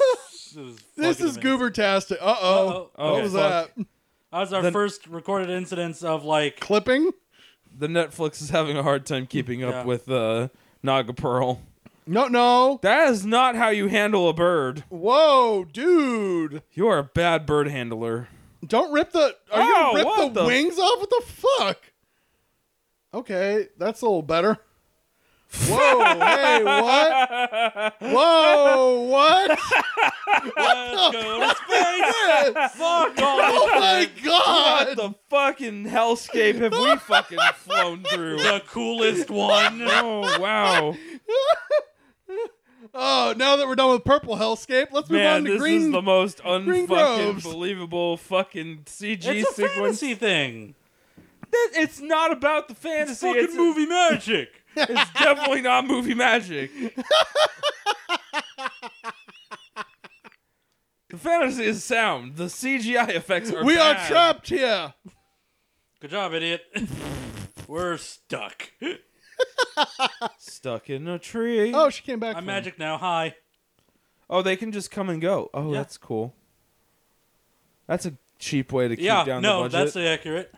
It is- it is This fucking is amazing. goobertastic. Uh oh. Uh-oh. What Okay. was Fuck. that? That was our Then- first recorded incidence of like Clipping? The Netflix is having a hard time keeping up Yeah. with uh, Naga Pearl. No, no. That is not how you handle a bird. Whoa, dude. You are a bad bird handler. Don't rip the. Are you Oh, gonna rip what the, the- wings off? What the fuck? Okay, that's a little better. Whoa, hey, what? Whoa, what? (laughs) let's go to space. Fuck oh all this my What god! the fucking hellscape have we fucking Oh, flown through? the coolest one. Oh, wow. Oh, now that we're done with purple hellscape, let's move Man, on to this green. is the most unfucking groves. believable fucking CG It's a sequence. fantasy thing. That- It's not about the fantasy. It's fucking movie magic. It's definitely not movie magic. the fantasy is sound. The CGI effects are. we are bad. trapped here. Good job, idiot. We're stuck. Stuck in a tree. Oh, she came back. I'm from- magic now. Hi. Oh, they can just come and go. Oh, Yeah. that's cool. That's a cheap way to keep Yeah, down no, the budget. that's accurate.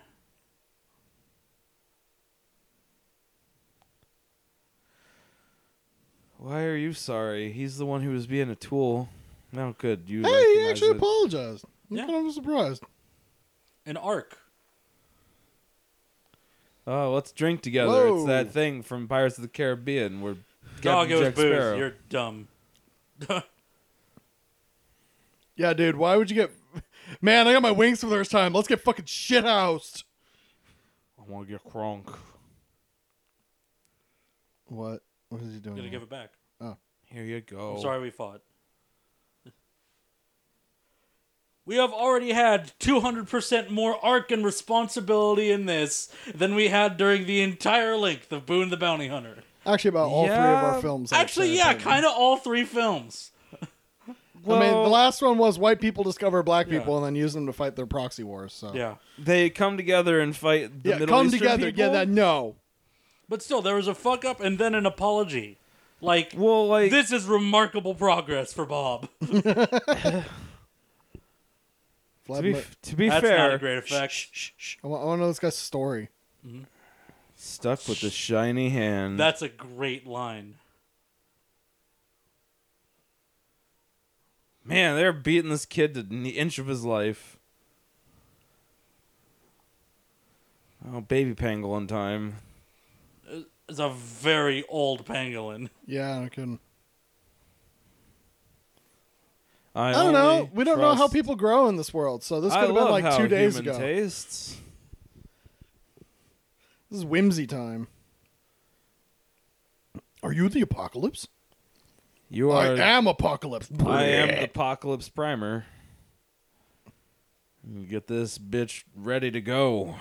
Why are you sorry? He's the one who was being a tool. No, good. You Hey, he recognize actually it. apologized. I'm Yeah. kind of surprised. An arc. Oh, let's drink together. It's Whoa. that thing from Pirates of the Caribbean where Dog, Captain it was Jack booze. Sparrow. You're dumb. (laughs) Yeah, dude, why would you get? (laughs) Man, I got my wings for the first time. Let's get fucking shit housed. I want to get crunk. What? What is he doing? I'm gonna give it back. Here you go. I'm sorry we fought. We have already had 200% more arc and responsibility in this than we had during the entire length of Boone the Bounty Hunter. Actually, about all three of Yeah. our films. Actually, yeah, kind of all three films. I mean, Well- the last one was white people discover black Yeah. people and then use them to fight their proxy wars. So Oh. Yeah. They come together and fight the yeah, Middle come Eastern together. people. Yeah, that no. But still, there was a fuck up and then an apology. Like, Well, like this is remarkable progress for Bob. to be, Vladimir- to be That's fair, not a great effect. I want, I want to know this guy's story. stuck with the shiny hand. That's a great line. Man, they're beating this kid to the inch of his life. Oh, baby pangolin time. It's a very old pangolin. Yeah, I couldn't. I, I don't know. only We don't know how trust- people grow in this world, so this I could have been love like how two days human ago. Tastes. This is whimsy time. Are you the apocalypse? You I are. am apocalypse. I am the apocalypse primer. Get this bitch ready to go.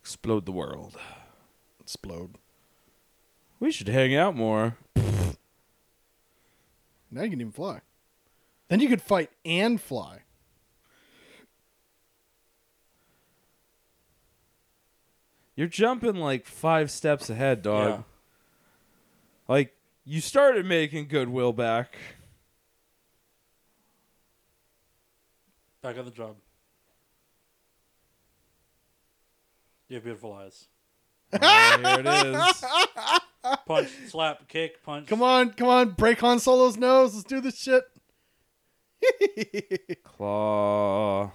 Explode the world. explode. We should hang out more. Now you can even fly. Then you could fight and fly. You're jumping like five steps ahead, dog. Yeah. Like you started making goodwill back. Back on the job. You have beautiful eyes. Oh, here it (laughs) is. Punch, slap, kick, punch. Come on, come on, break Han Solo's nose. Let's do this shit. Claw.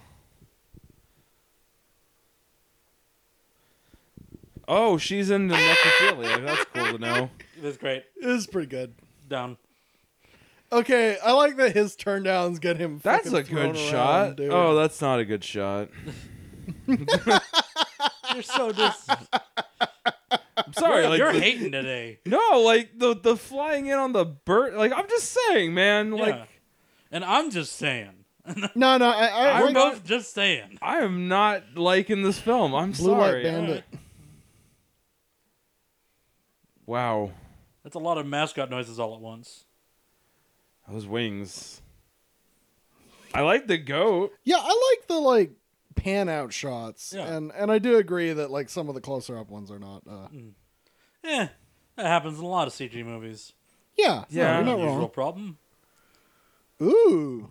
Oh, she's into necrophilia. That's cool to (laughs) know. That's great. This is pretty good. Down. Okay, I like that his turndowns get him. That's fucking a thrown good around, shot. dude. Oh, that's not a good shot. You're so (laughs) dis. I'm sorry. like You're the- hating today. No, like the the flying in on the bird. Like I'm just saying, man. (laughs) Like yeah. And I'm just saying. no, no, I, I, We're like both just saying. I am not liking this film. I'm Blue sorry. Light Bandit. Wow, That's a lot of mascot noises all at once. those wings. I like the (laughs) goat. Yeah, I like the like pan out shots, Yeah. and and I do agree that like some of the closer up ones are not. Uh, Mm. Eh, that happens in a lot of CG movies. yeah, Yeah. yeah, Not you're an not usual wrong. problem. Ooh.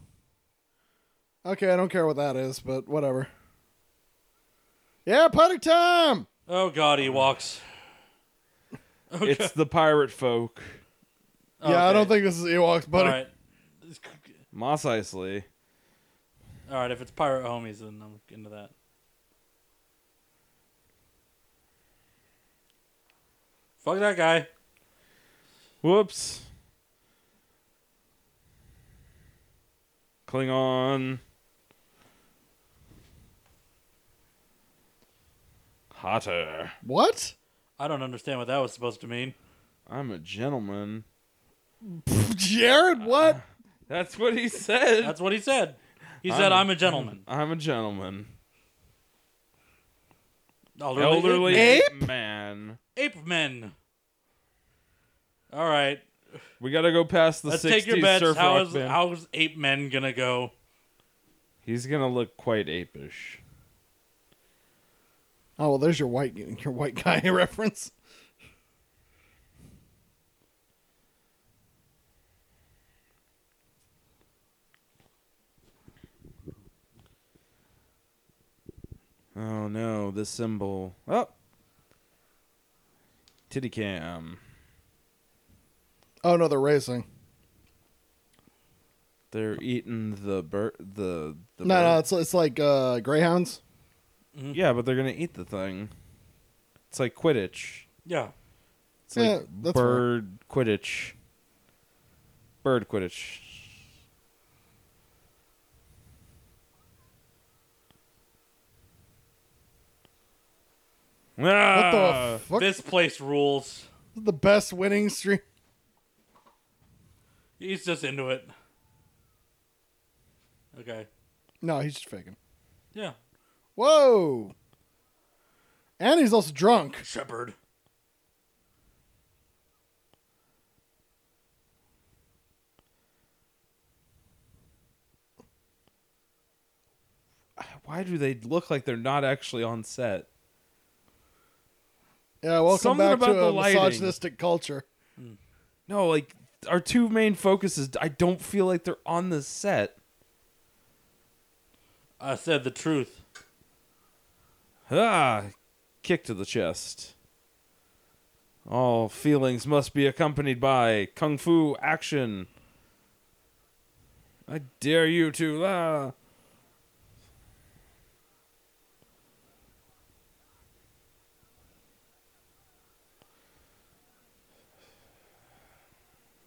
Okay, I don't care what that is, but whatever. Yeah, putter time. Oh god, Ewoks. Okay. It's the pirate folk. Yeah, I Oh, Okay. don't think this is Ewoks, All buddy. right. Moss Isley. All right, if it's pirate homies, then I'm into that. Fuck that guy. Whoops. Klingon. Hotter. What? I don't understand what that was supposed to mean. I'm a gentleman. (laughs) Jared, what? (laughs) That's what he said. That's what he said. He said, I'm- "I'm a gentleman." I'm a gentleman. Elderly, Elderly Ape? man. ape men. All right, We gotta go past the let's 60s take your bets. surf How rock is band. how is ape men gonna go? He's gonna look quite apish. Oh well, there's your white (laughs) your white guy reference. Oh no, the symbol. Oh, titty cam. Oh no, they're racing. They're eating the bird. The, the no, no, bird. it's it's like uh, greyhounds. yeah, but they're gonna eat the thing. It's like Quidditch. Yeah, It's Yeah, like that's bird Quidditch. Bird Quidditch. What What Uh, the fuck? Uh, this place rules. the best winning streak. He's just into it. Okay. No, he's just faking. Yeah. Whoa. And he's also drunk. Shepherd. Why do they look like they're not actually on set? Yeah, welcome Something back about to the a lighting. misogynistic culture. No, like our two main focuses. I don't feel like they're on the set. I said the truth. Ah, kick to the chest. All feelings must be accompanied by kung fu action. I dare you to la.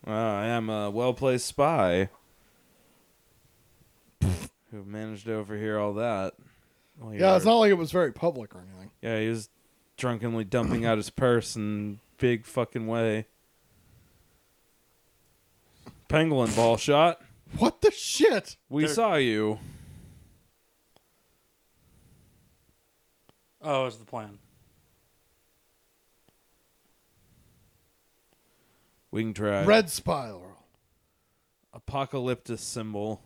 Ah, I am a well placed spy who managed to overhear all that. All Yeah, your- it's not like it was very public or anything. yeah, he was drunkenly dumping out his purse in big fucking way. Pangolin ball shot. What the shit? We They're- saw you. Oh, is the plan. We can try. Red spiral. Apocalyptus symbol.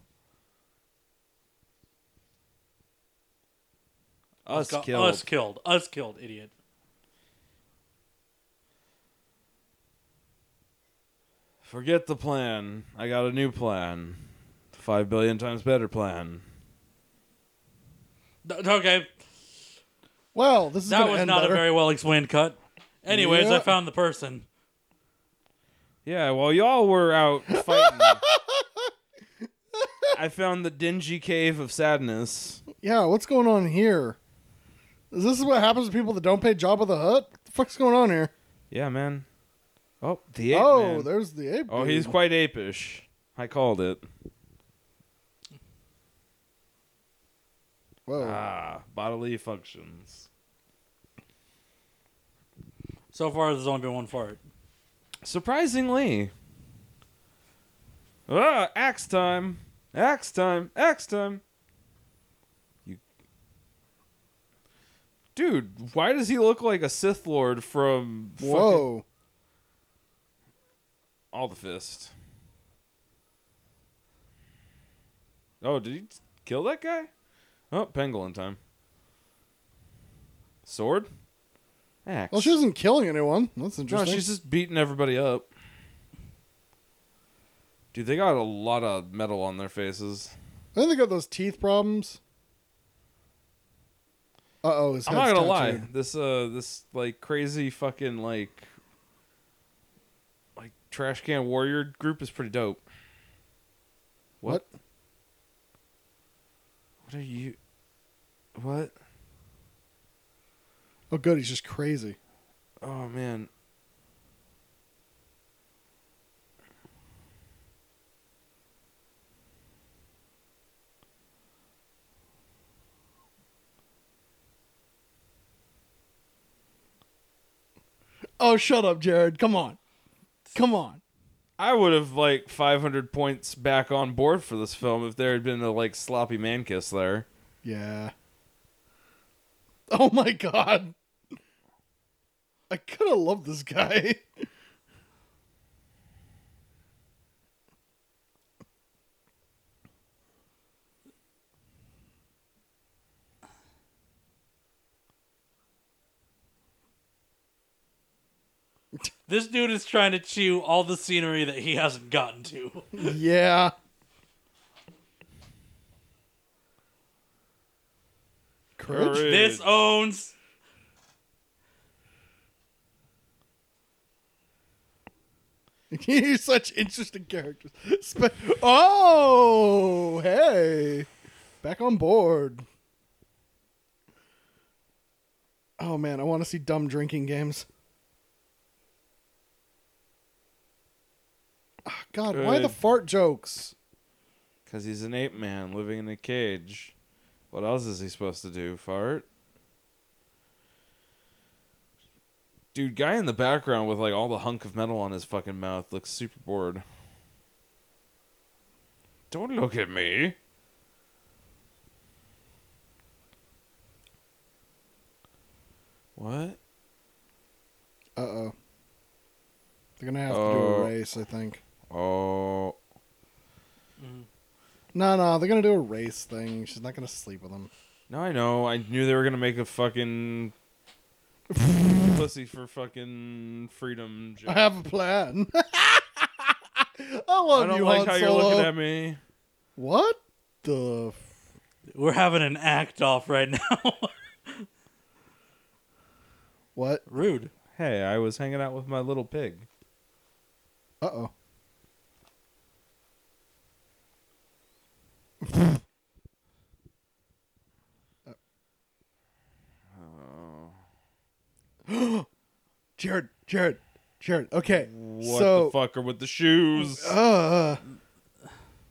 Us Got killed. Us killed. Us killed, idiot. Forget the plan. I got a new plan. Five billion times better plan. Th- okay. Well, this is That gonna was end not better. a very well explained cut. Anyways, Yeah. I found the person. Yeah, while y'all were out fighting, I found the dingy cave of sadness. Yeah, what's going on here? Is this what happens to people that don't pay Job of the Hut? What the fuck's going on here? Yeah, man. Oh, the ape oh, man. there's the ape. Oh, dude. he's quite apish. I called it. Whoa. Ah, bodily functions. So far, there's only been one fart. Surprisingly. Ah, axe time. Axe time. Axe time. You Dude, why does he look like a Sith Lord from fucking Whoa. All the Fist? Oh, did he kill that guy? Oh, pangolin time. Sword? Axe. Well, she isn't killing anyone. That's No, interesting. she's just beating everybody up. Dude, they got a lot of metal on their faces. I think they got those teeth problems. Uh oh, his I'm not head's gonna lie, tattooed. this uh, this like crazy fucking like like trash can warrior group is pretty dope. What? What are you? What? Oh, good. He's just crazy. Oh man. Oh, shut up, Jared. Come on. Come on. I would have like 500 points back on board for this film if there had been a like sloppy man kiss there. Yeah. Oh my god. I could have loved this guy. (laughs) This dude is trying to chew all the scenery that he hasn't gotten to. yeah. Courage. Courage. this owns. (laughs) You're such interesting characters. Spe- oh, hey. Back on board. Oh, man. I want to see dumb drinking games. Ah, God, why the Good. fart jokes? Because he's an ape man living in a cage. What else is he supposed to do? Fart? Dude, guy in the background with like all the hunk of metal on his fucking mouth looks super bored. Don't look at me. What? Uh oh. They're going to have to do Oh. a race, I think. Oh. No, no, they're going to do a race thing. She's not going to sleep with him. No, I know. I knew they were gonna make a (laughs) fucking pussy for fucking freedom. I Joke. have a plan. (laughs) I love I don't you, like Han how Solo. you're looking at me. What the? F- We're having an act off right now. (laughs) what? Rude. Hey, I was hanging out with my little pig. Uh oh. (gasps) Jared, Jared, Jared. Okay, What so the fuck are with the shoes? uh,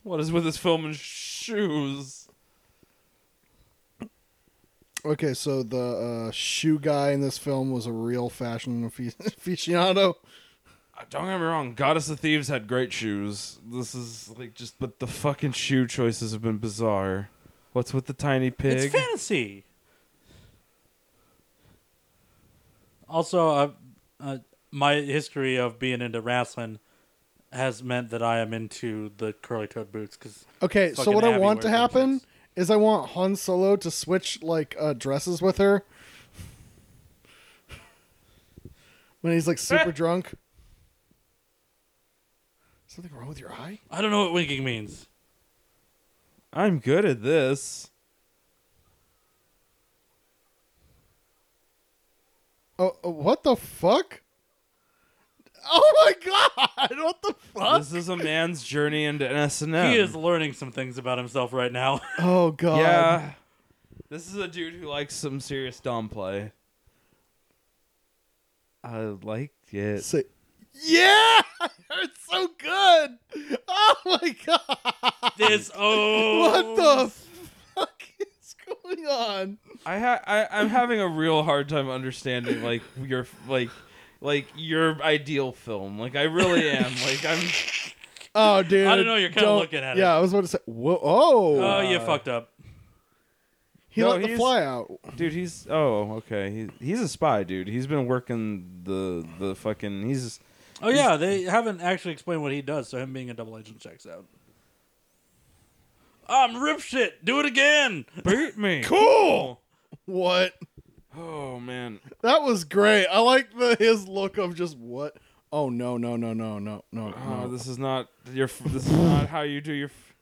What is with this film and shoes? okay, so the uh, shoe guy in this film was a real fashion afi- (laughs) aficionado. Uh, Don't get me wrong, Goddess of Thieves had great shoes. This is like just, but the fucking shoe choices have been bizarre. What's with the tiny It's pig? fantasy. Also, uh, uh, my history of being into wrestling has meant that I am into the curly toed boots because Okay, so Fucking what I Abby want to wears those happen things. is I want Han Solo to switch like uh, dresses with her (laughs) when he's like super drunk. Something wrong with your eye? I don't know what winking means. I'm good at this. Oh, oh, what the fuck? Oh my god! (laughs) What the fuck? This is a man's journey into SNM. He is learning some things about himself right now. (laughs) Oh god! Yeah. This is a dude who likes some serious dom play. I liked it. Say, yeah! (laughs) It's so good! Oh my god! (laughs) this oh, What the fuck is going on? I ha- I I'm having a real hard time understanding like your like like your ideal film. Like I (laughs) really am. Like I'm Oh, dude. (laughs) I don't know, you're kinda Don't- looking at it. Yeah, I was about to say. Whoa! Oh, Oh, you fucked up. he No, let the he's- fly out. dude, he's oh, okay. He, he's a spy, dude. He's been working the the fucking he's Oh yeah, they haven't actually explained what he does, so him being a double agent checks out. I'm rip shit. Do it again. beat me. Cool. (laughs) What? Oh man. That was great. I like the his look of just what. Oh no no no no no no Oh, no. this is not your. f- This is not how you do your. f-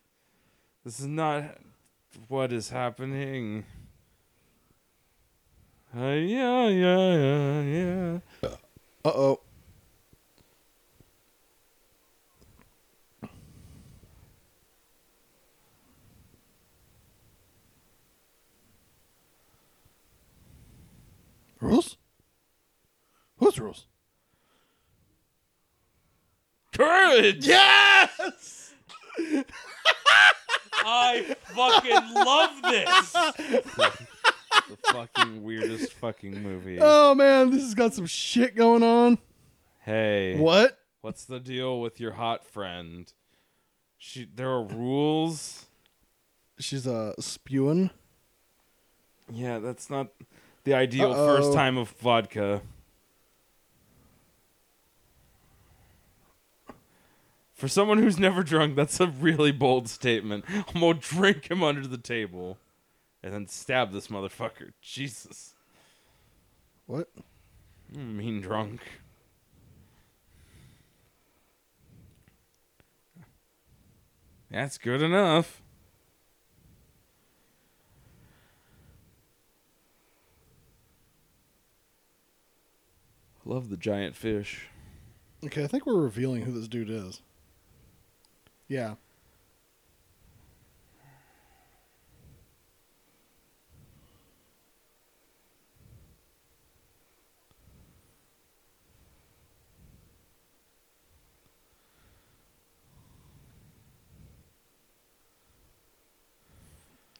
This is not what is happening. Uh, yeah, yeah, yeah, yeah. Uh oh. Rules? Who's rules? Courage. Yes! (laughs) I fucking love this. the fucking Uh, weirdest fucking movie. Oh man, this has got some shit going on. Hey, What? What's the deal with your hot friend? She there are rules. She's uh, spewing. Yeah, that's not the ideal Uh-oh. first time of vodka. For someone who's never drunk, that's a really bold statement. I'm gonna drink him under the table and then stab this motherfucker. Jesus. What? I mean drunk. That's good enough. Love the giant fish. Okay, I think we're revealing who this dude is. Yeah.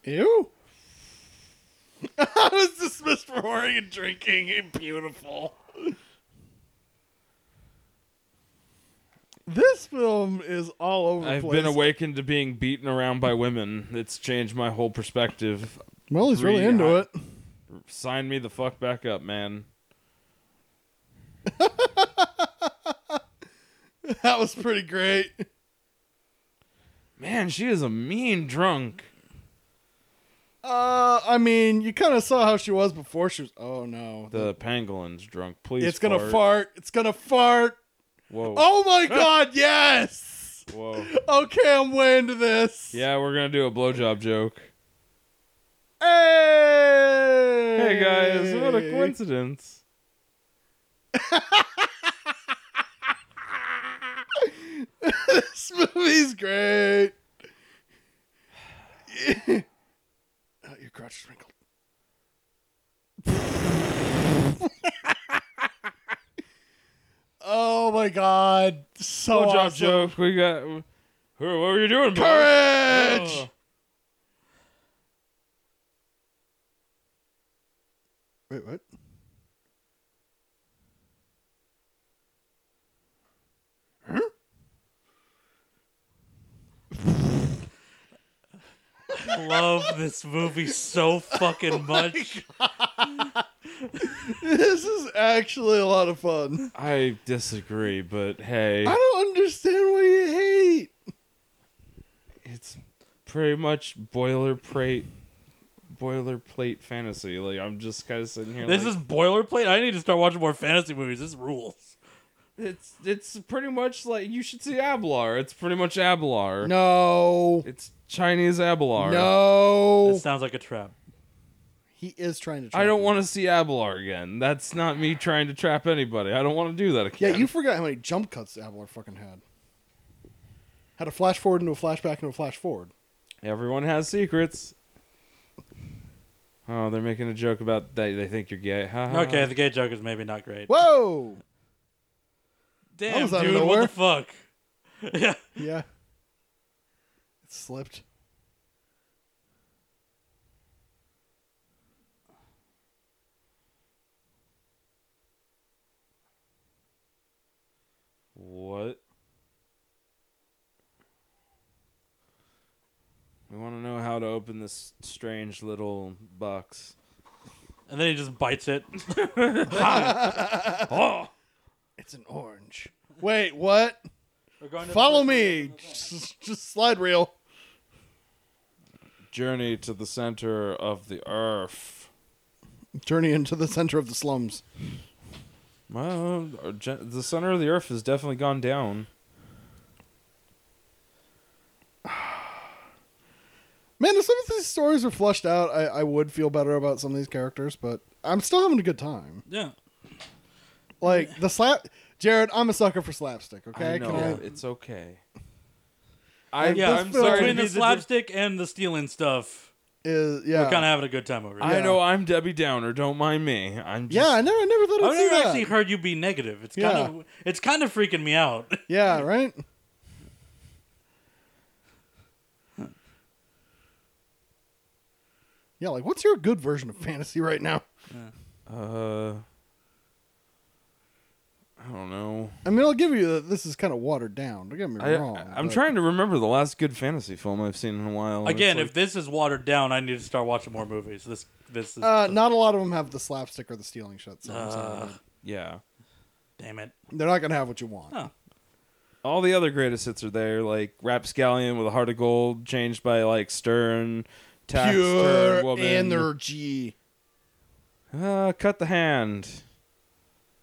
Ew. (laughs) I was dismissed for whoring and drinking. (laughs) Beautiful. This film is all over the I've place. been awakened to being beaten around by women. It's changed my whole perspective. Well, he's really into Pretty it. Sign me the fuck back up, man. (laughs) That was pretty great. Man, she is a mean drunk. Uh, I mean, you kind of saw how she was before she was. Oh no, The pangolin's drunk. Please. it's gonna fart. It's gonna fart. Whoa. Oh (laughs) my god, yes. Whoa. Okay, I'm way into this. Yeah, we're gonna do a blowjob joke. Hey. Hey guys, what a coincidence! this movie's great. (sighs) oh, your crotch is wrinkled. oh my god. So Blowjob Oh, awesome. joke. We got. Who? What were you doing? bro? Courage! Oh. Wait, what? (laughs) Love this movie so Oh fucking much. This is actually a lot of fun. I disagree, but hey, I don't understand why you hate. it's pretty much boilerplate, boilerplate fantasy. Like I'm just kind of sitting here. This like, is boilerplate. I need to start watching more fantasy movies. This rules. it's it's pretty much like you should see Ablar. It's pretty much Ablar. No. It's Chinese Ablar. No. This sounds like a trap. He is trying to. I don't want to see Ablar again. That's not me trying to trap anybody. I don't want to do that Yeah, again. you forgot how many jump cuts Avalar fucking had. Had a flash forward into a flashback into a flash forward. Everyone has secrets. Oh, they're making a joke about they they think you're gay. Ha, ha, Uh. Okay, ha. the gay joke is maybe not great. Whoa. That Damn, was out of dude, nowhere. what the fuck? (laughs) Yeah. Yeah. It slipped. What? We want to know how to open this strange little box. And then he just bites it. It's an orange. Wait, what? Follow me. Just, just slide reel. Journey to the center of the earth. Journey into the center of the slums. Well, our gen- the center of the earth has definitely gone down. Man, if some of these stories were flushed out, I, I would feel better about some of these characters, but I'm still having a good time. Yeah. Like the slap, Jared. I'm a sucker for slapstick. Okay, I know Can I- it's okay. I, Yeah, I'm sorry. Between to Between be the the div- slapstick and the stealing stuff, is yeah. we're kind of having a good time over here. I Yeah. know I'm Debbie Downer. Don't mind me. I'm yeah, just, I never, I never thought I'd I've see never that. actually heard you be negative. It's kind of it's kind of freaking (laughs) me out. Yeah, right. Yeah, like what's your good version of fantasy right now? Uh, I don't know. I mean, I'll give you that this is kind of watered down. Don't get me I, wrong. I'm but- trying to remember the last good fantasy film I've seen in a while. and it's Again, like- if this is watered down, I need to start watching more movies. This this is Uh, not a lot of them have the slapstick or the stealing shit. So I'm sorry, Ugh. dude. yeah, damn it. they're not gonna have what you want. Huh. all the other greatest hits are there, like Rapscallion with a Heart of Gold, changed by like Stern, Tax, Stern, Pure Woman. energy. Uh, cut the hand.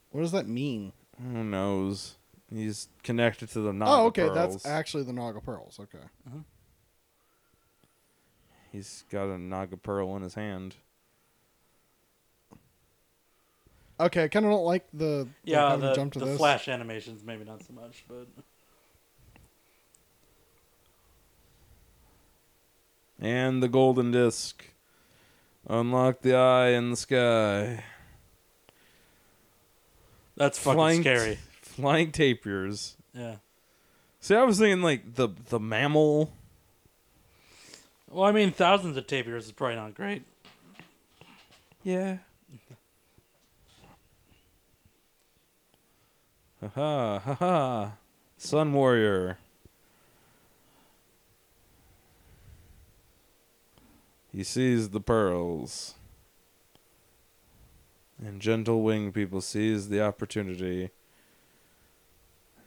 What does that mean? Who knows? He's connected to the Naga oh, okay, pearls. that's actually the Naga pearls. Okay, He's got a Naga pearl in his hand. okay. I kind of don't like the Yeah, having the, jump to the this. flash animations maybe not so much, but And the golden disc. Unlock the eye in the sky. that's fucking scary. Flying tapirs. Yeah. See, I was thinking like the the mammal. Well, I mean, thousands of tapirs is probably not great. Yeah. Ha ha ha ha. Sun warrior. He sees the pearls. And gentle wing people seized the opportunity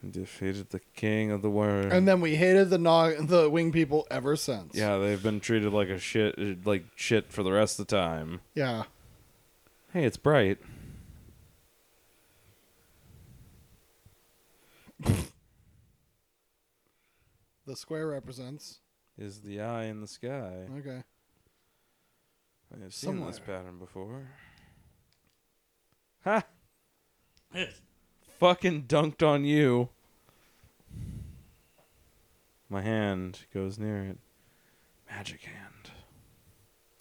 and defeated the king of the worm. (laughs) And then we hated the Nog- the wing people ever since. yeah, they've been treated like a shit, like shit for the rest of the time. yeah. Hey, it's bright. The square represents. Is the eye in the sky? Okay. I have seen this Somewhere. pattern before. Ha! Yes. Fucking dunked on you. My hand goes near it. Magic hand.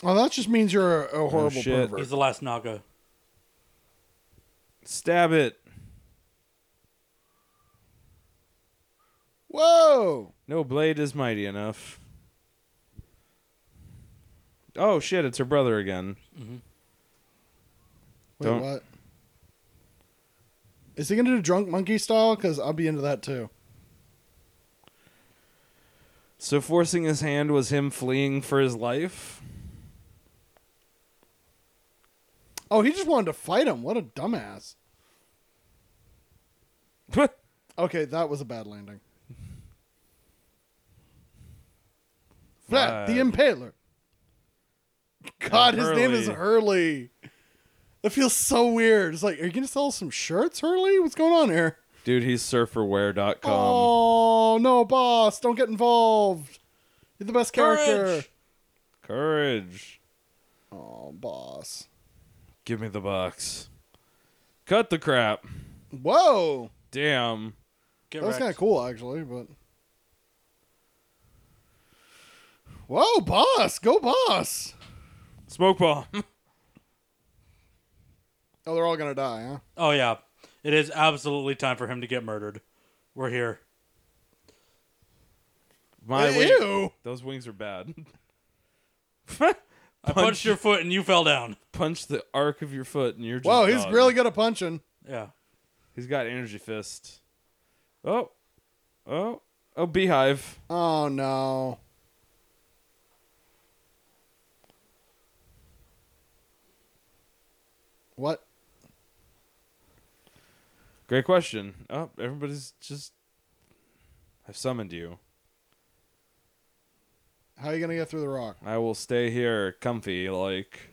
Oh, that just means you're a, a horrible Oh, shit. pervert. He's the last Naga. Stab it. Whoa! No blade is mighty enough. Oh shit, it's her brother again. Wait, Don't- what? Is he gonna do drunk monkey style? Because I'll be into that too. So forcing his hand was him fleeing for his life? (laughs) Oh, he just wanted to fight him. What a dumbass. Okay, that was a bad (laughs) landing. Flat, the Vlad. Impaler. God, his name is Hurley. Hurley. That feels so weird. It's like, are you gonna sell some shirts, Hurley? What's going on here? Dude, he's surferware.com. Oh no, boss! Don't get involved. You're the best character. Courage! Courage. Oh, boss. Give me the box. Cut the crap. Whoa, Damn. Get that was wrecked. kind of cool actually, but. Whoa, boss! Go, boss! Smoke bomb. (laughs) Oh, they're all gonna die, huh? Oh yeah, it is absolutely time for him to get murdered. We're here. My wing- Ew. Those wings are bad. (laughs) I punched your foot and you fell down. Punch the arc of your foot and you're just Wow, he's done. really good at punching. Yeah. He's got energy fist. Oh. Oh. Oh, beehive. Oh no. What? Great question. Oh, everybody's just I've summoned you. How are you gonna get through the rock? I will stay here comfy like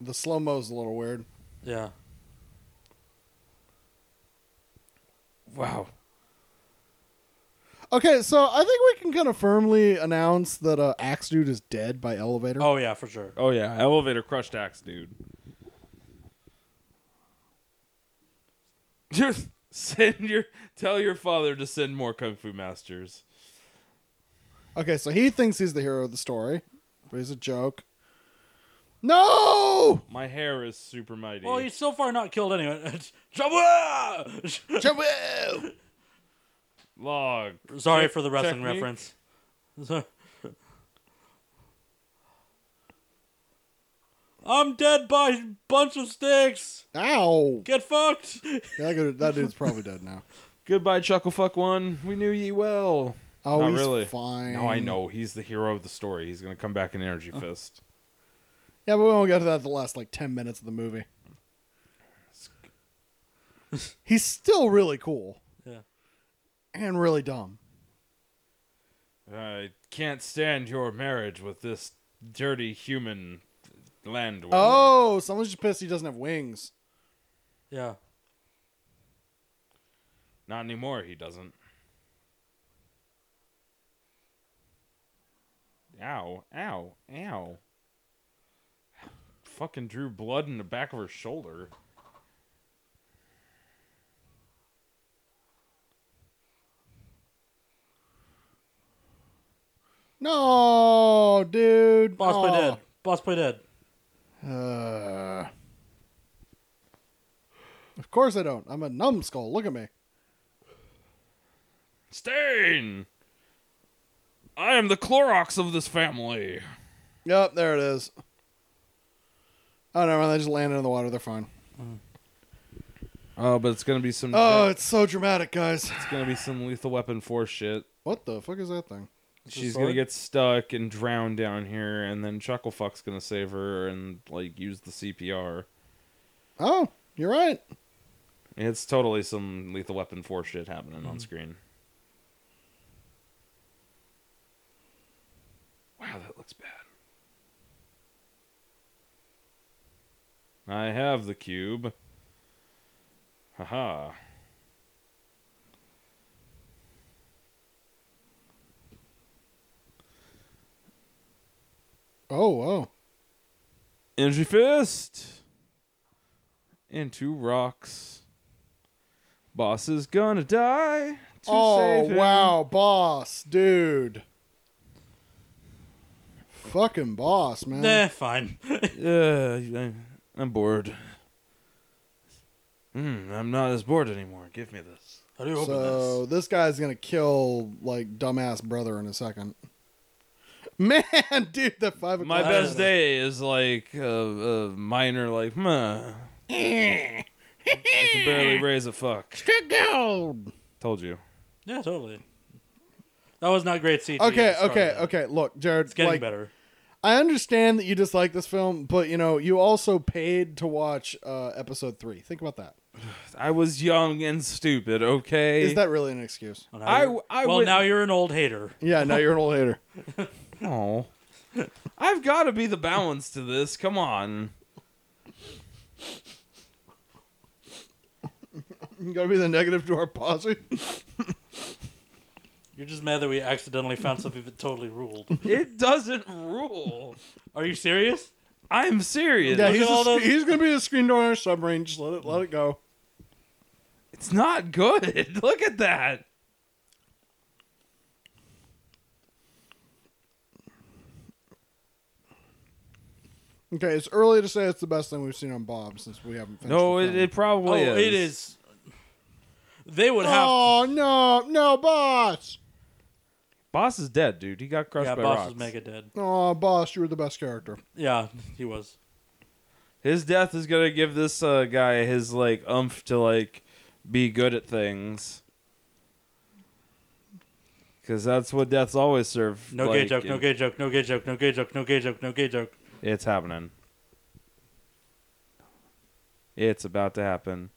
The slow mo's a little weird. Yeah. wow. Okay, so I think we can kind of firmly announce that uh, Axe Dude is dead by elevator. Oh yeah, for sure. Oh yeah, elevator crushed axe, dude. (laughs) Just send your tell your father to send more kung fu masters. Okay, so he thinks he's the hero of the story, but he's a joke. No! My hair is super mighty. Well, he's so far not killed (laughs) anyone. Jawa! Jaboo! Log. (laughs) Sorry Tech- for the wrestling technique. reference. (laughs) I'm dead by a bunch of sticks. Ow! Get fucked. (laughs) Yeah, that, dude- that dude's probably dead now. Goodbye, Chucklefuck One. We knew ye well. Oh, Not he's really. fine. Now I know he's the hero of the story. He's gonna come back in Energy Oh. Fist. Yeah, but we only got to that the last like ten minutes of the (laughs) movie. he's still really cool Yeah. and really dumb. I can't stand your marriage with this dirty human landlord. Oh, someone's just pissed he doesn't have wings. Yeah. Not anymore, he doesn't. Ow, ow, ow. Fucking drew blood in the back of her shoulder. No, dude. Boss play Aw. dead. Boss play dead. Uh, of course I don't. I'm a numbskull. Look at me. Stain! I am the Clorox of this family. Yep, there it is. Oh no, they just landed in the water. They're fine. Oh, but it's gonna be Mm-hmm. some. Oh, it's so dramatic, guys. it's gonna be some Lethal Weapon Four shit. What the fuck is that thing? She's sword? gonna get stuck and drown down here, and then Chucklefuck's gonna save her and like use the CPR. Oh, you're right. It's totally some Lethal Weapon 4 shit happening Mm-hmm. on screen. Wow, that looks bad. I have the cube. Haha. Oh, oh. Energy Fist! And two rocks. Boss is gonna die. to Oh, save him. wow, boss, dude. Fucking boss, man. Nah, fine. (laughs) Yeah, Uh, I- I'm bored. Mm, I'm not as bored anymore. Give me this. How do you open So this? this guy's gonna kill like dumbass brother in a second. (laughs) Man, dude, that five o'clock. My (laughs) I best don't know. day is like a, a minor, like, meh. I can Eh." barely raise a fuck. gold. Told you. Yeah, totally. That was not great CG. Okay, at the start okay, of that. okay. Look, Jared, It's getting like, better. I understand that you dislike this film, but you know you also paid to watch uh, episode three. Think about that. I was young and stupid, okay? Is that really an excuse? Well, now I- you're- I well, would- now you're an old hater. Yeah, now you're an old hater. (laughs) Aw. I've got to be the balance to this. Come on. You gotta be the negative to our posse. You're just mad that we accidentally found something that totally ruled. It doesn't rule. Are you serious? I'm serious. Yeah, at he's, all a, those- he's gonna be a screen door on our submarine. Just let it let it go. It's not good. (laughs) Look at that. Okay, it's early to say it's the best thing we've seen on Bob since we haven't finished. No, the it, film. it probably oh, is. it is. They would have. Oh no, no, boss! Boss is dead, dude. He got crushed yeah, by boss rocks. was mega dead. Oh, boss, you were the best character. Yeah, he was. His death is gonna give this uh, guy his like umph to like be good at things. Cause that's what death's always served. No like, gay joke. No in- gay joke. No gay joke. No gay joke. No gay joke. No gay joke. It's happening. It's about to happen.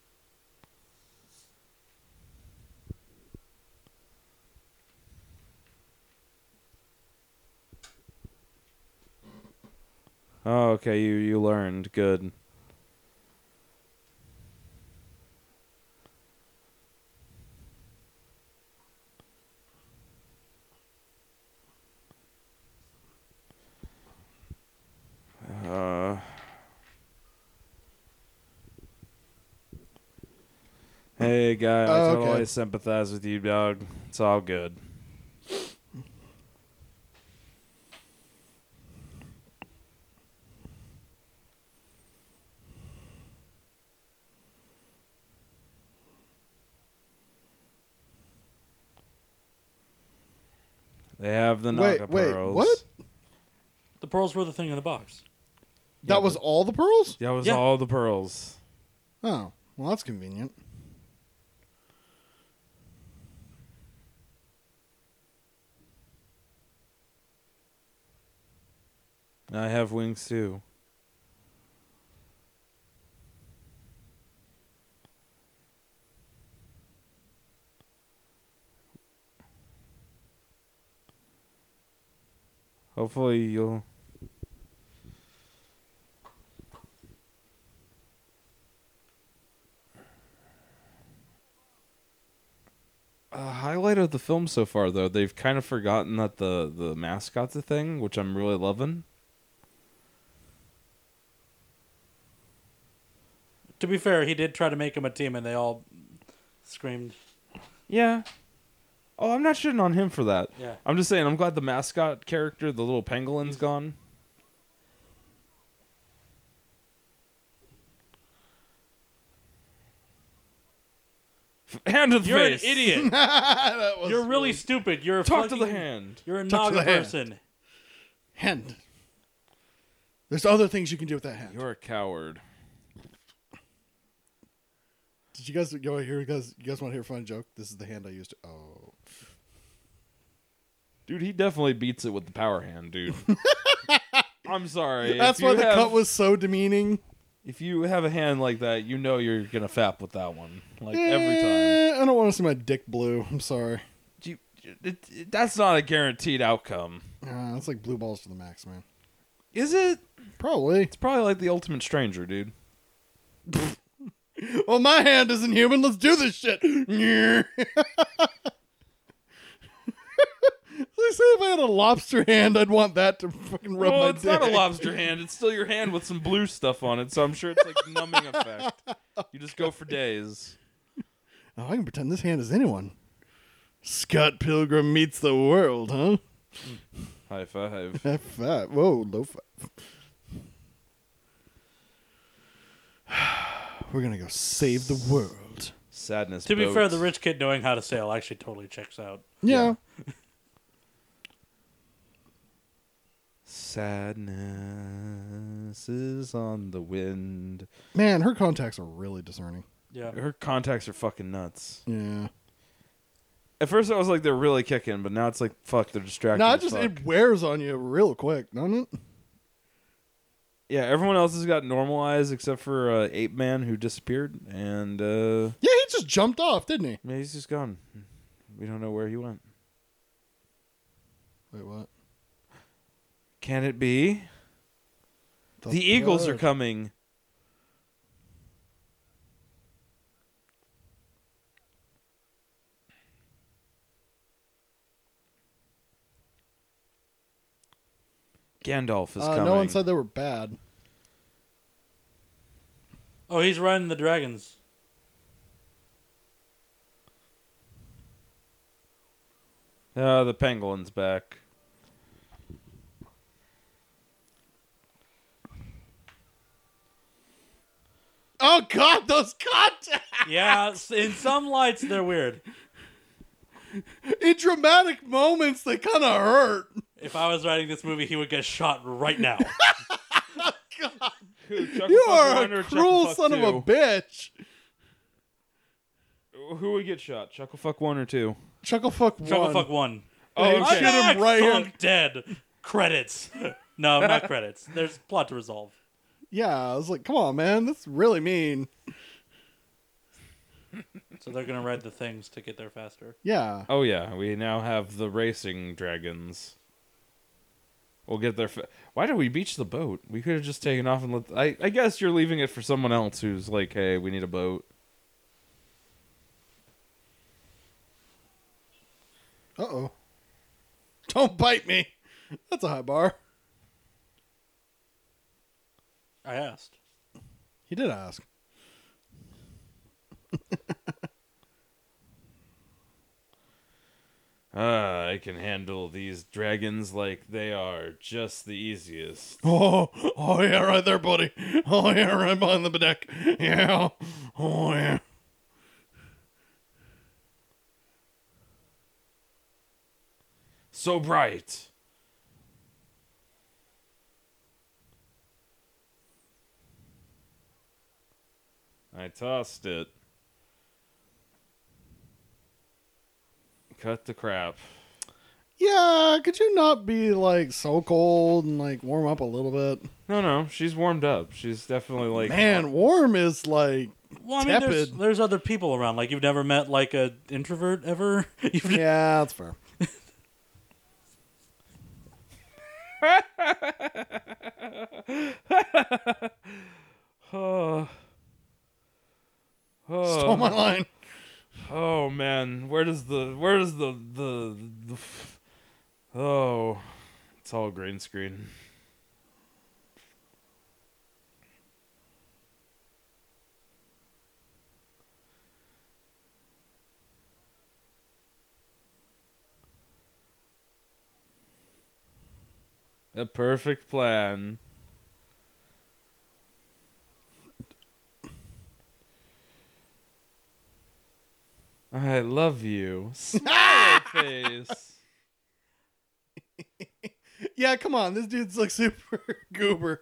Oh, okay, you you learned. Good. Uh Hey guy, I Oh, okay. totally sympathize with you, dog. It's all good. They have the Wait, Naga wait, pearls. what? The pearls were the thing in the box. That was all the pearls? That was Yeah. all the pearls. Oh, well, that's convenient. (laughs) I have wings too. Hopefully you'll. A highlight of the film so far, though, they've kind of forgotten that the the mascot's a thing, which I'm really loving. To be fair, he did try to make him a team, and they all screamed. Yeah. Oh, I'm not shitting on him for that. Yeah. I'm just saying, I'm glad the mascot character, the little penguin's gone. Hand to the You're face. an (laughs) idiot. That was You're really stupid. You're a Talk to the fucking- hand. You're a Talk nog to the hand. person. hand. There's other things you can do with that hand. You're a coward. Did you guys go here? You guys, you guys want to hear a fun joke? This is the hand I used to. Oh, Dude, he definitely beats it with the power hand, (laughs) dude. I'm sorry. that's If you why the have- cut was so demeaning. If you have a hand like that, you know you're gonna fap with that one, like every time. Eh, I don't want to see my dick blue. I'm sorry. You- it- it- that's not a guaranteed outcome, Uh, that's like blue balls to the max, man. is it? Probably. (laughs) It's probably like the ultimate stranger, dude. Well, my hand isn't human. Let's do this shit. (laughs) Nyeh. They say if I had a lobster hand, I'd want that to fucking rub well, my it's dick. not a lobster hand. It's still your hand with some blue stuff on it, so I'm sure it's (laughs) like numbing effect. You just go for days. Oh, I can pretend this hand is anyone. Scott Pilgrim meets the world, huh? High five. High five. Whoa, low five. (sighs) We're gonna go save the world. Sadness. To be boat. fair, the rich kid knowing how to sail actually totally checks out. Yeah. Sadness is on the wind. Man, her contacts are really discerning. Yeah. Her contacts are fucking nuts. Yeah. At first, I was like, they're really kicking, but now it's like, fuck, they're distracting. No, it as just fuck. it wears on you real quick, doesn't it? yeah, everyone else has got normal eyes except for uh, Ape Man who disappeared, and uh, Yeah, he just jumped off, didn't he? yeah, he's just gone. We don't know where he went. Wait, what? Can it be? The Eagles are coming. Gandalf is Uh, coming. no one said they were bad. Oh, he's riding the dragons. Ah, the penguin's back. Oh God, those contacts! Yeah, s- in some lights they're weird. In dramatic moments, they kind of hurt. If I was writing this movie, he would get shot right now. You are a cruel son of a bitch. a. Who would get shot? Chucklefuck one or two? Chucklefuck one. Chucklefuck one. Oh, They okay. shoot him right Sunk here. dead. Credits. (laughs) No, not credits. There's plot to resolve. Yeah, I was like, come on, man, that's really mean. So they're gonna ride the things to get there faster. Yeah. Oh yeah, we now have the racing dragons. We'll get there. Fa- Why did we beach the boat? We could have just taken off and let. I I guess you're leaving it for someone else who's like, hey, we need a boat. Uh oh. Don't bite me. That's a high bar. I asked. He did ask. Ah, I can handle these dragons like they are just the easiest. Oh, oh yeah, right there, buddy. Oh yeah, right behind the deck. Yeah. Oh yeah. So bright. I tossed it. Cut the crap. Yeah, could you not be like so cold and like warm up a little bit? No, no, she's warmed up. She's definitely like Man, warm is like Well, I mean, there's, Tepid. there's other people around. Like you've never met like a introvert ever. (laughs) (laughs) You've yeah, that's fair. Oh, (laughs) Stole my line. oh man, where does the where does the the, the f- oh, it's all green screen. A perfect plan. I love you. Smiley face. Yeah, come on, this dude's like (laughs) super goober.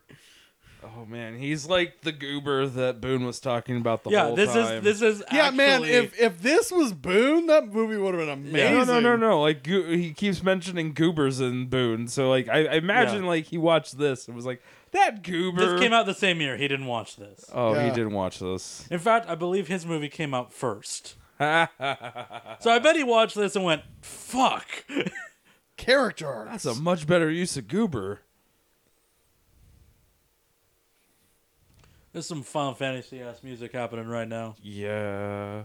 Oh man, he's like the goober that Boone was talking about the yeah. whole This time. is this is Yeah, man, actually- if if this was Boone, that movie would have been amazing. No, no, no, no. Like goo- he keeps mentioning goobers in Boone, so like I, I imagine Yeah. like he watched this and was like that goober. this came out the same year, he didn't watch this. Oh, he Yeah. didn't watch this. (laughs) In fact, I believe his movie came out first. so I bet he watched this and went, "Fuck." (laughs) Character arcs. That's a much better use of goober. There's some Final Fantasy ass music happening right now. Yeah.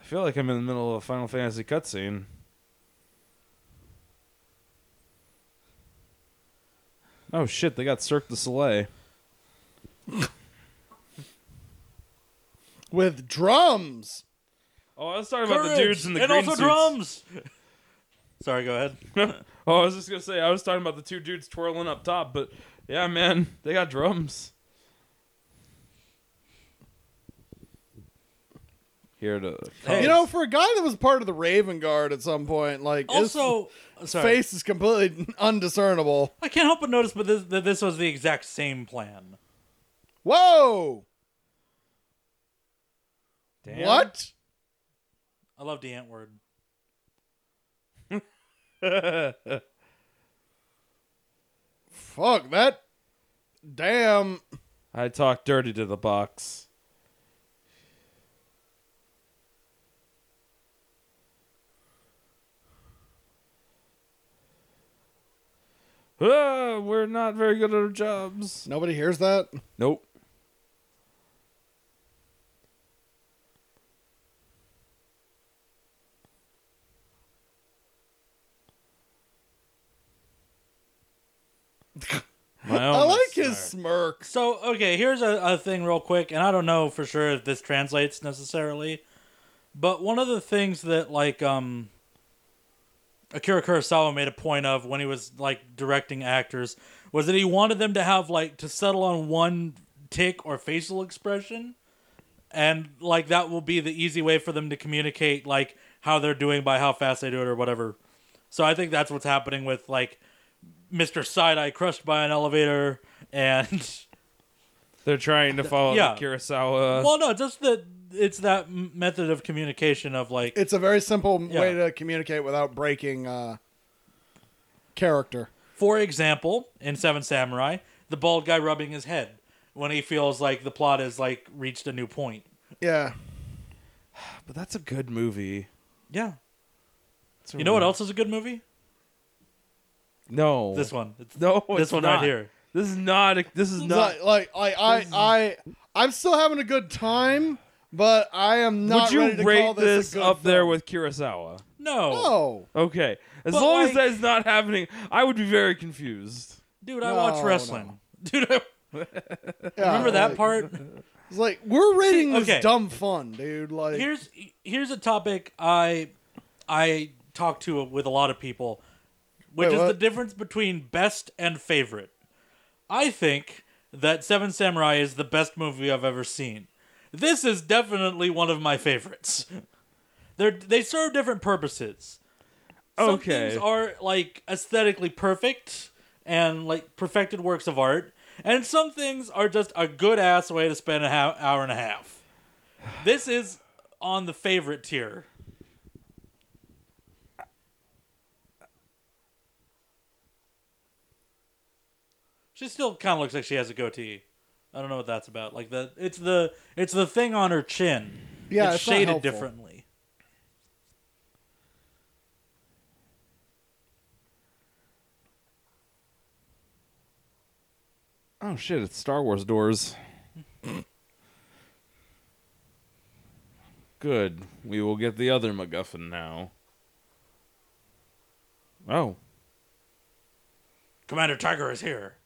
I feel like I'm in the middle of a Final Fantasy cutscene. Oh shit, they got Cirque du Soleil. with drums. Oh, I was talking about the Courage! dudes in the and green also suits. drums. (laughs) Sorry, go ahead. Oh, I was just gonna say I was talking about the two dudes twirling up top, but yeah, man, they got drums. Here to Hey. You know, for a guy that was part of the Raven Guard at some point, like his Also, sorry. face is completely (laughs) undiscernible. I can't help but notice, but this, that this was the exact same plan. Whoa! Damn. What? I love the ant word. Fuck that! Damn! I talked dirty to the box. Ah, we're not very good at our jobs. Nobody hears that. Nope. Oh My I own like his smirk. smirk. So, okay, here's a, a thing real quick, and I don't know for sure if this translates necessarily, but one of the things that like um Akira Kurosawa made a point of when he was like directing actors was that he wanted them to have like to settle on one tick or facial expression, and like that will be the easy way for them to communicate like how they're doing by how fast they do it or whatever. So I think that's what's happening with like Mr. Side Eye crushed by an elevator and. (laughs) They're trying to follow yeah. the Kurosawa. well no just that it's that m- method of communication of like It's a very simple m- Yeah. way to communicate without breaking uh, character. for example in seven samurai the bald guy rubbing his head when he feels like the plot has like reached a new point Yeah. but that's a good movie. yeah It's a you know what really- else is a good movie No. this one it's No. this it's one not. right here This is not. A, this is not. Like, like I, I, I, I'm still having a good time, but I am Would not you ready to rate call this, a good up there film. with Kurosawa? no No. Okay. As But, long like- as that's not happening, I would be very confused. dude i No, watch no. uh, wrestling (laughs) dude I, Yeah, remember that like- part It's like we're rating this okay. dumb fun, dude. Like, here's here's a topic I I talk to with a lot of people, which Wait, is what? the difference between best and favorite. I think that Seven Samurai is the best movie I've ever seen. This is definitely one of my favorites. They they serve different purposes. Some Okay. things are like aesthetically perfect and like perfected works of art, And some things are just a good ass way to spend an hou- hour and a half. This is on the favorite tier. She still kind of looks like she has a goatee. I don't know what that's about. Like the it's the it's the thing on her chin. Yeah, it's, it's not shaded helpful. differently. Oh shit! It's Star Wars doors. (laughs) Good. We will get the other MacGuffin now. Oh, Commander Tiger is here.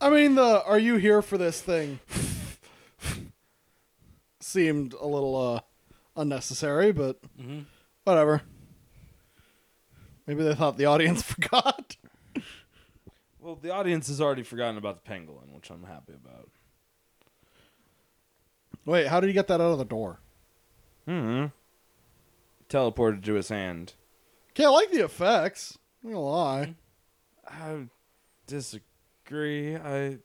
I mean, the "Are you here for this thing?" seemed a little uh, unnecessary, but Mm-hmm. whatever. Maybe they thought the audience (laughs) forgot. well, the audience has already forgotten about the pangolin, which I'm happy about. Wait, how did he get that out of the door? Hmm. Teleported to his hand. Okay, I like the effects. I'm not gonna lie. I disagree. I.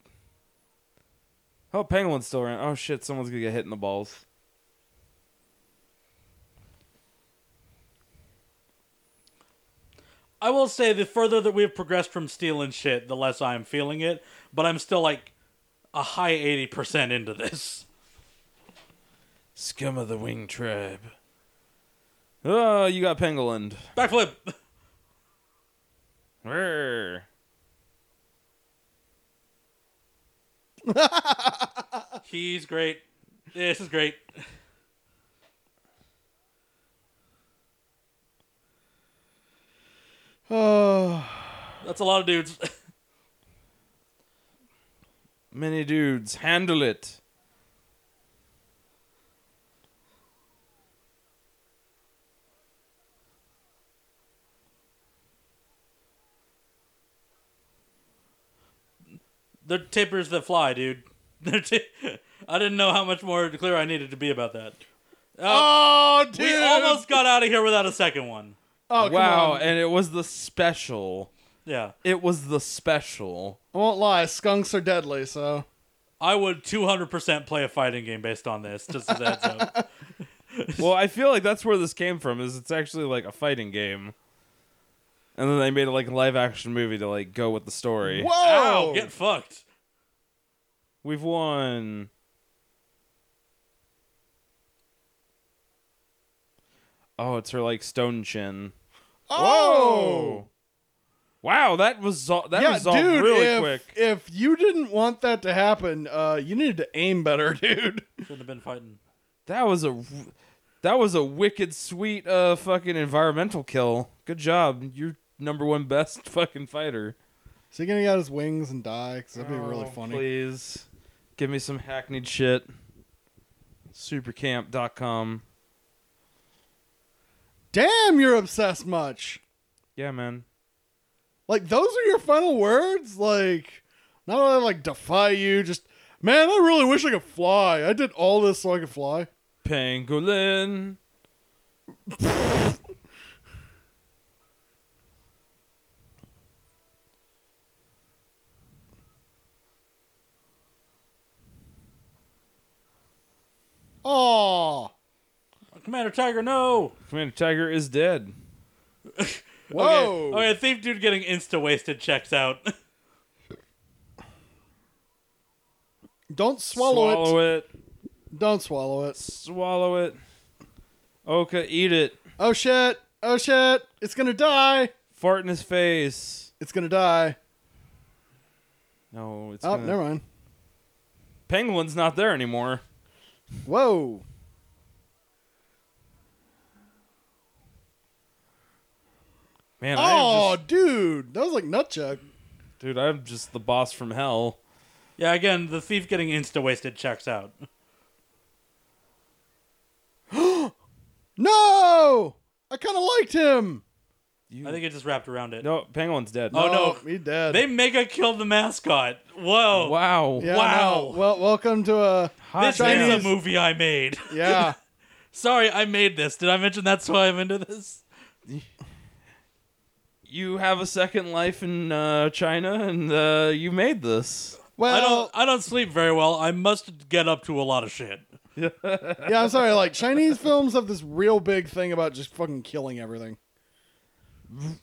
Oh, penguin's still around. Oh shit! Someone's gonna get hit in the balls. I will say the further that we've progressed from stealing shit, the less I'm feeling it. But I'm still like a high eighty percent into this. (laughs) Skim of the wing tribe. Oh, you got penguin. Backflip. (laughs) Rrr. He's great. This is great. Uh, Mm-hmm. That's a lot of dudes. (laughs) Many dudes handle it. They're tippers that fly, dude. (laughs) They're ti- I didn't know how much more clear I needed to be about that. (sighs) oh, dude! We almost got out of here without a second one. oh, come wow, on. and it was the special. Yeah. It was the special. I won't lie. Skunks are deadly, so I would 200% play a fighting game based on this, just as a heads up. well, I feel like that's where this came from. Is it's actually like a fighting game, and then they made it like a live action movie to like go with the story. whoa! Ow, get fucked. We've won. Oh, it's her like stone chin. oh, Wow, that was that yeah, resolved dude. really if, quick. if you didn't want that to happen, uh, you needed to aim better, (laughs) dude. Shouldn't have been fighting. That was a that was a wicked sweet uh fucking environmental kill. Good job. You're number one best (laughs) fucking fighter. Is he gonna get his wings and die? Because that'd be really Oh, funny. Please give me some hackneyed shit. Supercamp.com. Damn, you're obsessed much. Yeah, man. Like those are your final words. Like, not that I like defy you. Just man, I really wish I could fly. I did all this so I could fly. Pangolin. Aw. Commander Tiger, no! Commander Tiger is dead. Whoa. Okay, okay, Thief Dude getting insta wasted checks out. (laughs) Don't swallow, it. Swallow it. Don't swallow it. Swallow it. Oka, eat it. Oh shit. Oh shit. It's gonna die. Fart in his face. It's gonna die. No, it's Oh, gonna- never mind. Penguin's not there anymore. Whoa. Man, I Oh, am just, dude. That was like nut check. dude, I'm just the boss from hell. yeah, again, the thief getting insta wasted checks out. No! I kinda liked him. you I think it just wrapped around it. no penguin's dead. Oh, no. he dead. They mega killed the mascot. Whoa. Wow. Yeah, Wow. no. Well, welcome to a This Chinese. is a movie I made. (laughs) yeah. Sorry, I made this. Did I mention that's why I'm into this? You have a second life in uh, China, and uh, you made this. Well, I don't I don't sleep very well. I must get up to a lot of shit. yeah, I'm sorry. Like Chinese films have this real big thing about just fucking killing everything.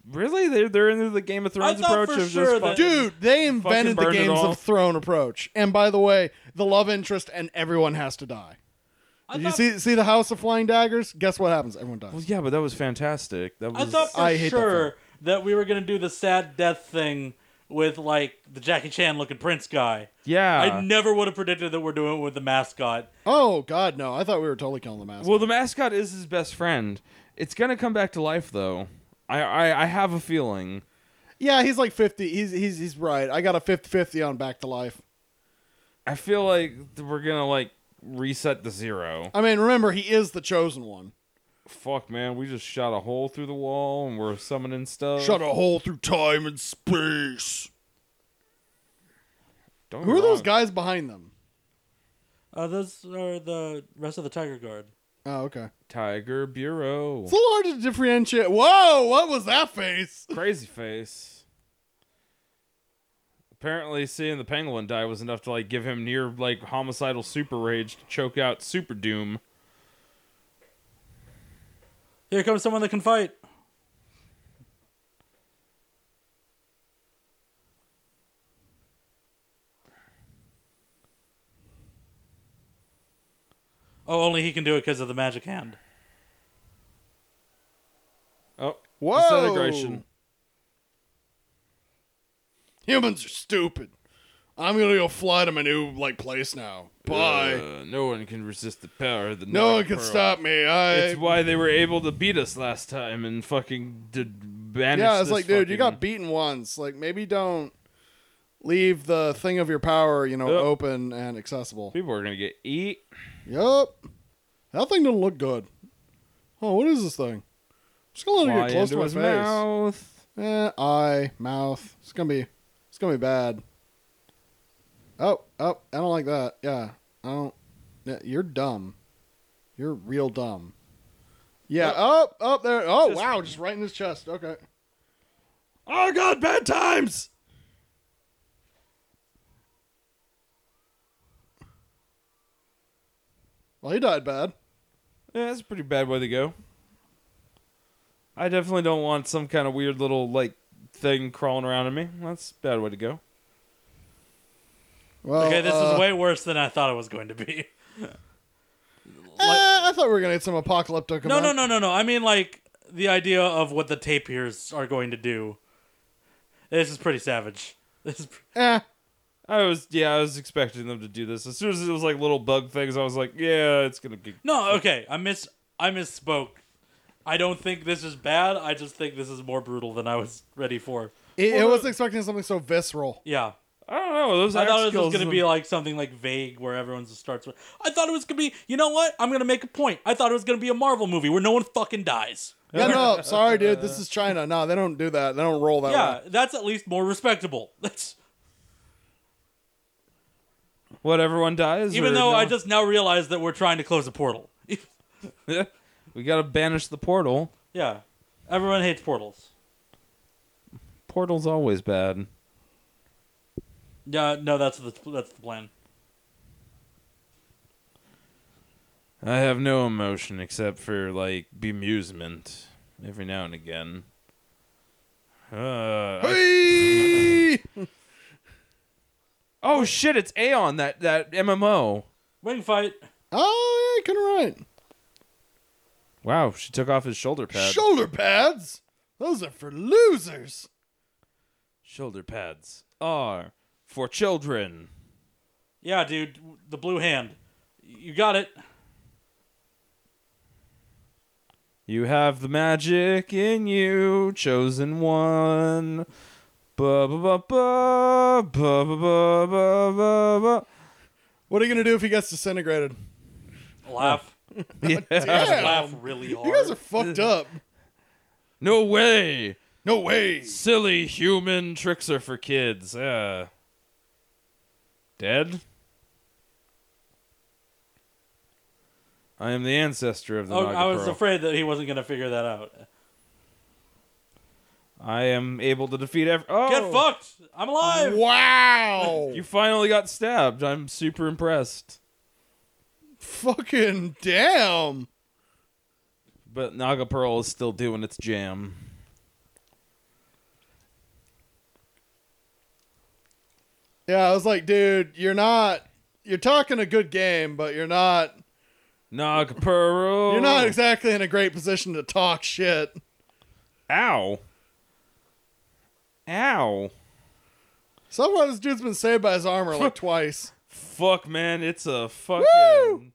Really? They're they're into the Game of Thrones I thought approach for of sure just fuck- that- Dude, they invented the burn it Games all. of Throne approach. And by the way, the love interest and everyone has to die. I Did thought, you see see the House of Flying Daggers? Guess what happens? Everyone Well, dies. yeah, but that was fantastic. That I was thought for I hate that sure that, we were gonna do the sad death thing with like the Jackie Chan looking Prince guy. yeah. I never would have predicted that we're doing it with the mascot. Oh God, no! I thought we were totally killing the mascot. Well, the mascot is his best friend. It's gonna come back to life, though. I I, I have a feeling. yeah, he's like fifty. He's he's he's right. I got a 50-50 on Back to Life. I feel like th- we're gonna like reset the zero. I mean, remember he is the chosen one. Fuck, man, we just shot a hole through the wall and we're summoning stuff. Shut a hole through time and space. Don't Who are those guys behind them? Uh, those are the rest of the Tiger Guard. Oh, okay. Tiger Bureau. It's a little hard to differentiate. Whoa, what was that face? Crazy face. Apparently, seeing the penguin die was enough to like give him near like homicidal super rage to choke out Super Doom. Here comes someone that can fight. Oh, only he can do it because of the magic hand. Oh, Whoa. disintegration. Humans are stupid. I'm gonna go fly to my new like place now. Bye. Uh, no one can resist the power of the no Nile one can Pearl. stop me. I. It's why they were able to beat us last time and fucking did banish. yeah, it's this like, dude, you fucking- got beaten once. Like, maybe don't leave the thing of your power, you know, Yep. open and accessible. People are gonna get eat. Yup. That thing doesn't look good. Oh, what is this thing? Just gonna let it Fly get close to into my his face. mouth. Eh, eye, mouth. It's gonna be, it's gonna be bad. Oh, oh, I don't like that. Yeah, I don't. yeah, You're dumb. You're real dumb. Yeah. Up, up there. Oh, Just- wow! Just right in his chest. Okay. Oh god, bad times. Well, he died bad. Yeah, that's a pretty bad way to go. I definitely don't want some kind of weird little like thing crawling around in me. That's a bad way to go. Well, Okay, this uh, is way worse than I thought it was going to be. eh, I thought we were gonna get some apocalyptic. (laughs) No, no, event. no, no, no. I mean, like, the idea of what the tapirs are going to do. This is pretty savage. This is pr- Eh, I was yeah, I was expecting them to do this. As soon as it was like little bug things, I was like, yeah, it's gonna get No, okay. I miss I misspoke. I don't think this is bad. I just think this is more brutal than I was ready for. it, it was expecting something so visceral. Yeah. I don't know. Those I axe thought it was skills going to be like something like vague where everyone just starts with I thought it was going to be, you know what? I'm going to make a point. I thought it was going to be a Marvel movie where no one fucking dies. Yeah, no, sorry, dude. This is China. No, they don't do that. They don't roll that. Yeah, way. that's at least more respectable. (laughs) That's what everyone dies. even or though no? I (laughs) just now realize that we're trying to close a portal. (laughs) we gotta banish the portal. yeah. Everyone hates portals. Portal's always bad. Yeah, no, that's the that's the plan. I have no emotion except for like bemusement every now and again. Uh, I- Hey! oh shit! It's Aeon that that MMO. Wing fight. Oh, yeah, kind of right. Wow, she took off his shoulder pad. Shoulder pads. Those are for losers. shoulder pads are for children. Yeah, dude, the blue hand. You got it. You have the magic in you, chosen one. Ba ba ba ba ba ba ba ba ba. What are you gonna do if he gets disintegrated? Laugh. ba. (laughs) Yeah. Damn, Laugh really hard. you guys are fucked up. No way! No way. Silly human tricks are for kids. Uh, dead? I am the ancestor of the Oh, Naga I was Pearl. afraid that he wasn't going to figure that out. I am able to defeat every. Oh, Get fucked! I'm alive! Wow. You finally got stabbed. I'm super impressed. fucking damn. But Naga Pearl is still doing its jam. Yeah, I was like, dude, you're not. You're talking a good game, but you're not. Naga Pearl. You're not exactly in a great position to talk shit. Ow. Ow. Somehow this dude's been saved by his (laughs) armor like twice. Fuck, man. It's a fucking.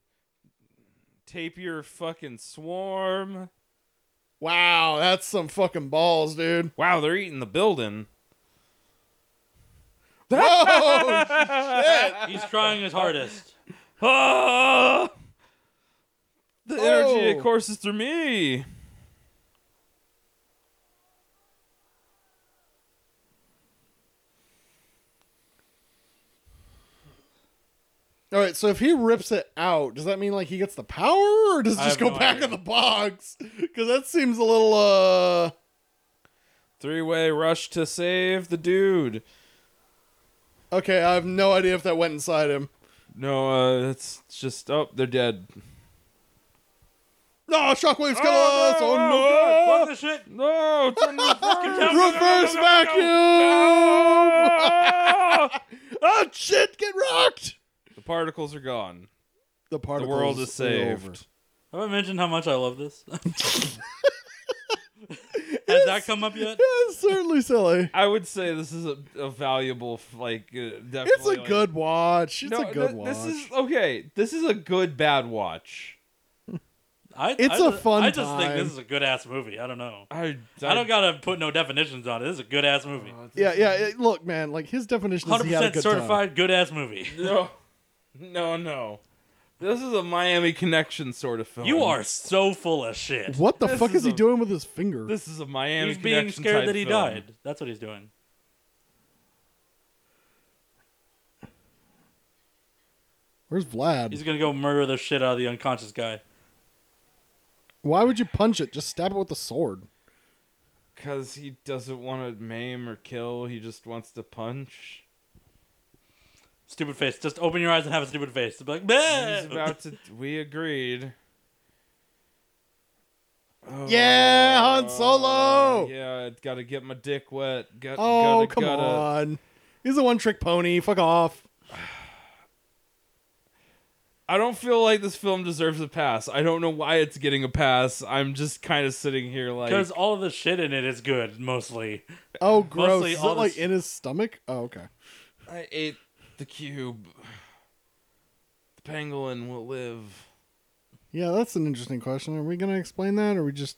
Tape your fucking swarm. Wow, that's some fucking balls, dude. Wow, they're eating the building. Whoa! He's trying his hardest. Ah! The energy Oh. it courses through me. All right, so if he rips it out, does that mean like he gets the power, or does it I just have go no back idea. in the box? (laughs) Because that seems a little uh. Three way rush to save the dude. Okay, I have no idea if that went inside him. No, uh, it's just. Oh, they're dead. No, shockwave's kill Oh, us! no, (laughs) Oh no! Fuck this shit! No, it's in (laughs) the Reverse vacuum! oh shit, get rocked! Ah! The particles are gone. The part the world is saved. Have I mentioned how much I love this? (laughs) Has that come up yet? That's certainly silly. I would say this is a, a valuable, f- like, uh, definitely. It's a like- good watch. It's No, a good th- watch. This is okay. This is a good bad watch. I, It's I a just- fun I just think time. this is a good ass movie. I don't know. I, I don't gotta put no definitions on it. This is a good ass movie. yeah, yeah. it- look, man, like his definition is Hundred Oh, he had a percent good certified good ass movie. no, no, no. This is a Miami Connection sort of film. You are so full of shit. Time. Oh, What the This fuck is, is he a- doing with his finger? This is a Miami. He's being Connection scared type that he film. died. That's what he's doing. Where's Vlad? He's gonna go murder the shit out of the unconscious guy. Why would you punch it? Just stab it with the sword. because he doesn't want to maim or kill. He just wants to punch. Stupid face. Just open your eyes and have a stupid face. Be like, "Bleh." He's (laughs) (laughs) about to. We agreed. Oh, Yeah, Han Solo! Yeah, gotta get my dick wet. Got, Oh, gotta, come gotta, on. He's a one trick pony. Fuck off. I don't feel like this film deserves a pass. I don't know why it's getting a pass. I'm just kind of sitting here like Because all of the shit in it is good, mostly. Oh, gross. Mostly Is all that like this- in his stomach? Oh, okay. I ate the cube. The pangolin will live. Yeah, that's an interesting question. Are we gonna explain that, or we just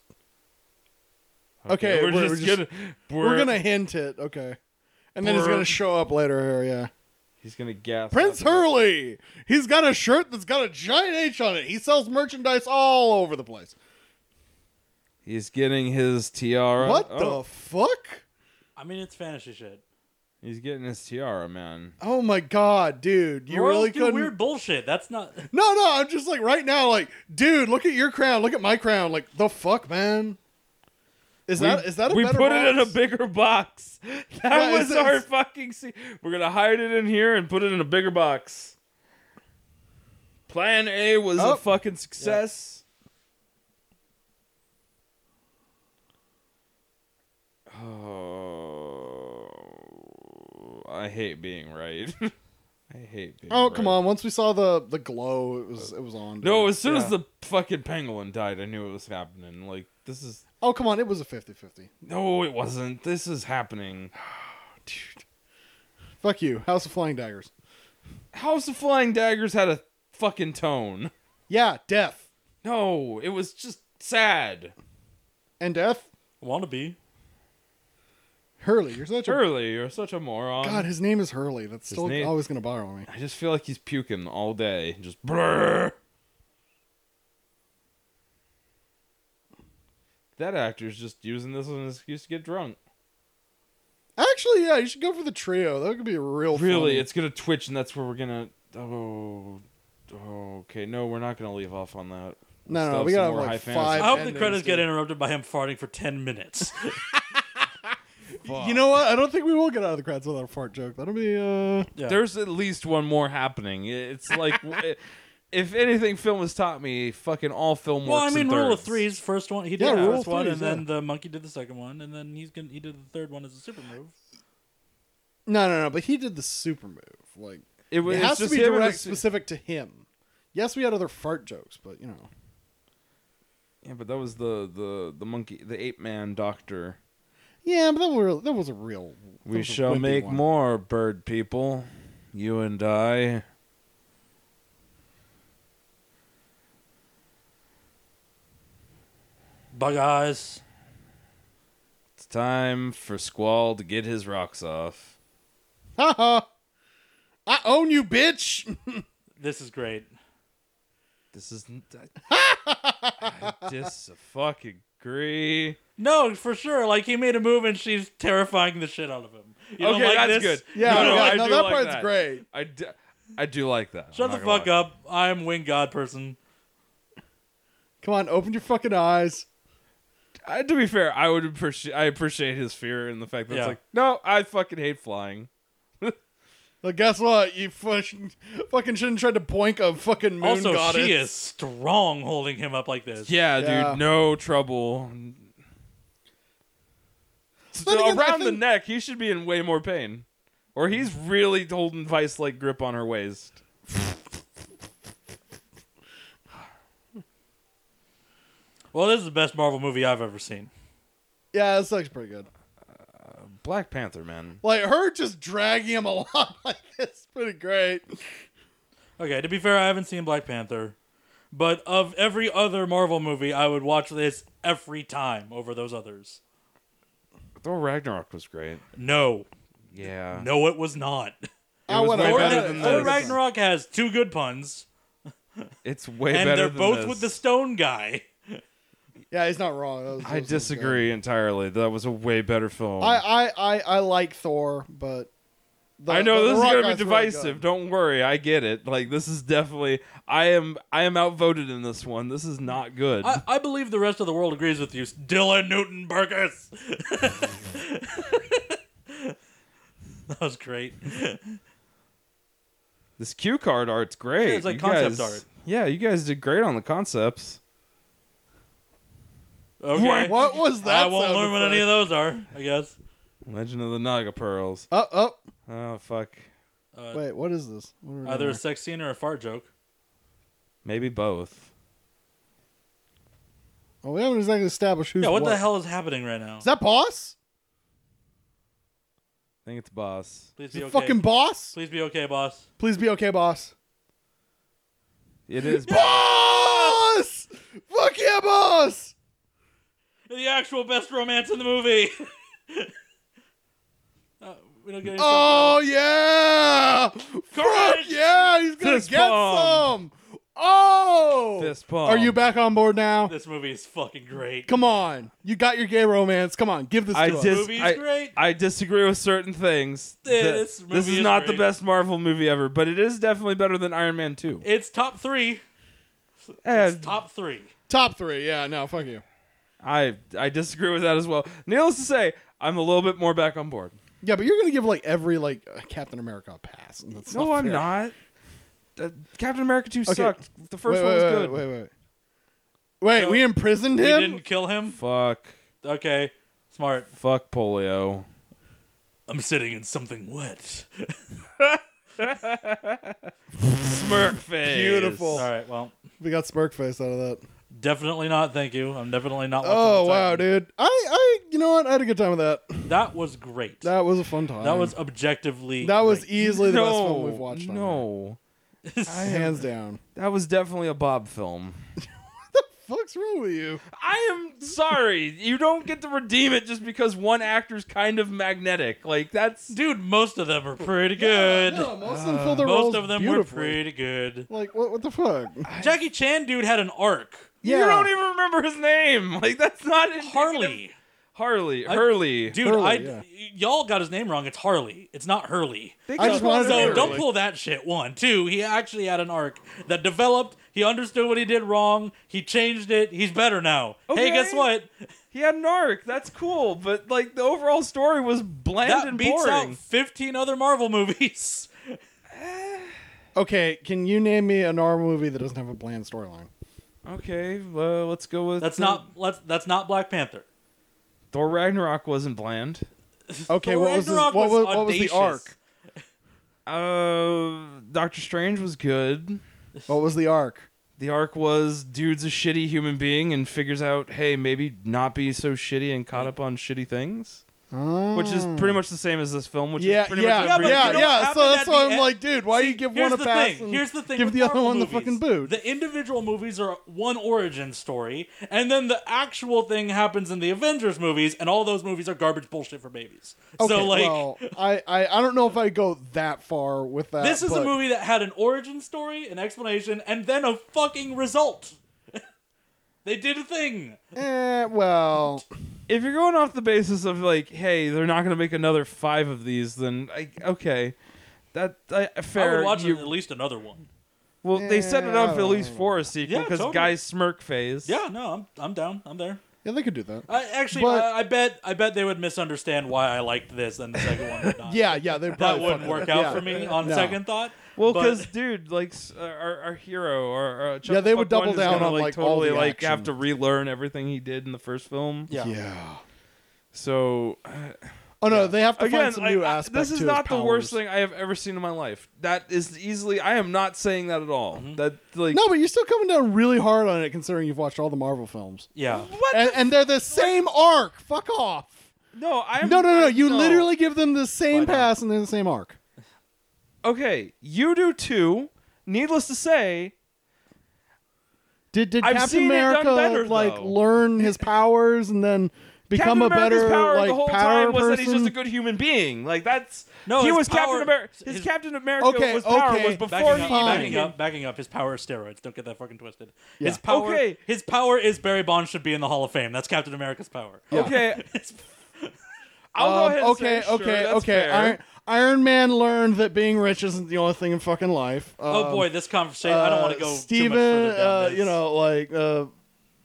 Okay, we're, we're- just we're just- gonna we're, we're, gonna hint it? Okay, and then he's We're- gonna show up later here. Yeah, He's gonna gasp. Prince after- Hurley. He's got a shirt that's got a giant H on it. He sells merchandise all over the place. He's getting his tiara. What Oh, the fuck? I mean, it's fantasy shit. he's getting his tiara, man. Oh my god, dude! You Royals really do couldn't. weird bullshit. That's not. (laughs) No, no. I'm just like right now, like, dude, look at your crown. Look at my crown. Like the fuck, man. Is that is that a we better put it in a box? bigger box. (laughs) That Yeah, was it's- our it's- fucking. Se- We're gonna hide it in here and put it in a bigger box. Plan A was Oh. a fucking success. Oh, I hate being right. (laughs) I hate being. Oh come right. on! Once we saw the the glow, it was it was on. dude. No, as soon as Yeah. the fucking pangolin died, I knew it was happening. Like this is oh come on, it was a 50-50. no, it wasn't. This is happening. Dude. Fuck you, House of Flying Daggers. House of Flying Daggers had a fucking tone. Yeah, death No, it was just sad. and death. Wannabe. Hurley, you're such a Hurley, you're such a moron. God. His name is Hurley. That's still name- always gonna bother me. I just feel like he's puking all day. Just brrr. that actor's just using this as an excuse to get drunk. Actually, yeah, you should go for the trio. That could be Really, real. funny. it's gonna twitch, and that's where we're gonna. Oh, okay. No, we're not gonna leave off on that. No, no, Still no, we some gotta have, more like, high fantasy. five I hope the endings, credits get dude. interrupted by him farting for (laughs) ten minutes. Fuck. You know what? I don't think we will get out of the crowds without a fart joke. That'll be uh. Yeah. There's at least one more happening. It's like, w- if anything, film has taught me, fucking all film works. well, I in mean, rule of thirds. threes. First one, he did Yeah, the rule first of one, threes, and then yeah. the monkey did the second one, and then he's gonna he did the third one as a super move. No, no, no. But he did the super move. Like It, it was has to just be him and direct, his- specific to him. Yes, we had other fart jokes, but you know. Yeah, but that was the the the monkey, the ape man doctor. Yeah, but that was that was a real. that We was a shall wimpy make one. more bird people, you and I. Bug eyes. It's time for Squall to get his rocks off. Ha ha! I own you, bitch. (laughs) This is great. This is. I, I dis fucking agree. No, for sure. Like he made a move, and she's terrifying the shit out of him. You don't okay, like that's this? good. Yeah, no, no, yeah, I no, do that like part's that. great. I do, I do like that. Shut the fuck up. I'm wing god person. Come on, open your fucking eyes. I, to be fair, I would appreciate. I appreciate his fear and the fact that Yeah. it's like, no, I fucking hate flying. Well, guess what? You fucking fucking shouldn't try to boink a fucking moon also, goddess. she is strong holding him up like this. Yeah, Yeah. dude, no trouble. But again, I around the think- neck, he should be in way more pain, or he's really holding vice like grip on her waist. Well, this is the best Marvel movie I've ever seen. Yeah, this looks pretty good. Black Panther, man. Like her just dragging him (laughs) along like this, is pretty great. Okay, to be fair, I haven't seen Black Panther, but of every other Marvel movie, I would watch this every time over those others. Thor Ragnarok was great. No, Yeah. no, it was not. I was would (laughs) way better have read it. than I this. Thor would've read it. Ragnarok has two good puns, It's way better. and they're than both this. with the stone guy. Yeah, he's not wrong. That was- that I was- that was good. disagree entirely. That was a way better film. I, I, I, I like Thor, but the- I know the this is Rock gonna be guy's really divisive. good. Don't worry, I get it. Like this is definitely I am I am outvoted in this one. This is not good. I, I believe the rest of the world agrees with you, Dylan Newton Burgess. (laughs) that was great. this cue card art's great. Yeah, it's like You concept guys- art. Yeah, you guys did great on the concepts. Okay, What was that? I won't sound learn what effect? any of those are. I guess. Legend of the Naga Pearls. Oh, oh, Oh fuck. Uh, wait, what is this? What are we Either a doing sex scene or a fart joke. Maybe both. here? Well, we haven't exactly established who's Yeah, what, what the hell is happening right now? Is that boss? I think it's boss. Please Is it be okay. fucking boss? Please be okay, boss. Please be okay, boss. It is boss. Boss! Fuck yeah, boss! The actual best romance in the movie. (laughs) uh, we don't get any. Oh yeah! Fuck Courage! yeah! He's gonna Fist get bump. some. Oh! Fist bump. Are you back on board now? This movie is fucking great. Come on, you got your gay romance. Come on, give this I to us. dis- movie's I- great. I disagree with certain things. Yeah, Th- this movie this is is not the great. best Marvel movie ever, but it is definitely better than Iron Man Eh, 2. It's top three. And Top three. Top three, yeah. No, fuck you. I I disagree with that as well. Needless to say, I'm a little bit more back on board. Yeah, but you're gonna give like every like uh, Captain America a pass. and that's No, I'm fair. not. Uh, Captain America 2 Okay. sucked. The first wait, one was wait, good. Wait, wait, wait. Wait, No, we imprisoned We him. didn't kill him. Fuck. Okay, smart. Fuck polio. I'm sitting in something wet. Smirk (laughs) face. Beautiful. All right. Well, We got smirk face out of that. definitely not. Thank you. I'm definitely not. watching Oh the wow, Titan. dude. I, I, you know what? I had a good time with that. That was great. That, That was a fun time. was objectively. that was e- great. easily the no, best film we've watched. on here. No. hands down. That was definitely a Bob film. Fuck's wrong with you? I am sorry. you don't get to redeem it just because one actor's kind of magnetic. Like, that's. Dude, most of them are pretty good. No, most of them filled their roles most of them were beautifully. pretty good. Like what? What the fuck? Jackie Chan dude had an arc. You Yeah. don't even remember his name. Like that's not indicative- Harley. Harley. Hurley. Dude, Hurley, I yeah. y'all got his name wrong. It's Harley. It's not Hurley. They I just call wanted him to- So Hurley. don't pull that shit. One, two. He actually had an arc that developed. He understood what he did wrong. He changed it. He's better now. Okay. Hey, guess what? He had an arc. That's cool, but like the overall story was bland That and beats boring. out 15 other Marvel movies. (laughs) Okay, can you name me an horror movie that doesn't have a bland storyline? Okay, well, let's go with That's the- not let's, that's not Black Panther. Thor Ragnarok wasn't bland. Okay, Thor what was, this, what, Ragnarok was was what was the audacious. arc? Uh, Doctor Strange was good. What was the arc? The arc was dude's a shitty human being and figures out, hey, maybe not be so shitty and caught up on shitty things, which is pretty much the same as this film. Which yeah, is pretty yeah, much Yeah, every- but yeah, you don't yeah. have So it that's at why the I'm end. like, dude, why do you give one Here's a the pass? thing. and Here's the thing. Give with the other Marvel one movies. the fucking boot. The individual movies are one origin story, and then the actual thing happens in the Avengers movies, and all those movies are garbage bullshit for babies. so like, well, I, I, I don't know if I go that far with that. this is but a movie that had an origin story, an explanation, and then a fucking result. (laughs) they did a thing. Eh, well, if you're going off the basis of like, hey, they're not gonna make another five of these, then I, okay, that I, fair. I would watch you- at least another one. well, they set it up Yeah. at least for a sequel Yeah, because totally. guys smirk phase. Yeah, no, I'm I'm down. I'm there. yeah, they could do that. I actually, But- I, I bet, I bet they would misunderstand why I liked this and the second one would (laughs) not. Yeah, yeah, they that probably wouldn't fuck work it. out Yeah. Uh, for me on No. second thought. Well, but- because dude, like s- uh, our, our hero, or uh, Chuck Yeah, they the would Fuck double Orange is down gonna, on, like, like, all totally the like action. have to relearn everything he did in the first film. Yeah. Yeah. So Oh no, they have to again, find some like, new I- aspect. this is to his not the worst powers. thing I have ever seen in my life. That is easily. I am not saying that at all. Mm-hmm. That like No, but you're still coming down really hard on it, considering you've watched all the Marvel films, Yeah. what? and, and they're the same arc. Fuck off. no, I'm No, no, no. You no. literally give them the same Why not? pass, and they're the same arc. Okay, you do too. Needless to say, Did did I've Captain seen it done America better, like though. (laughs) learn his powers and then become Captain a America's better power like the whole power time was person? that he's just a good human being. Like that's No, he his was Captain power- America. His, his- Captain America Okay, was power okay, was Backing before up, he backing even- up, backing up. His power is steroids. Don't get that fucking twisted. Yeah. His power, Okay. his power is Barry Bonds should be in the Hall of Fame. That's Captain America's power. Yeah. Okay, It's- I'll go Um, ahead. And okay, say, okay, sure, that's okay. fair. Iron, Iron Man learned that being rich isn't the only thing in fucking life. (laughs) oh Um, boy, this conversation. I don't want to uh, go Steven, too much further down uh, this. you know, like uh,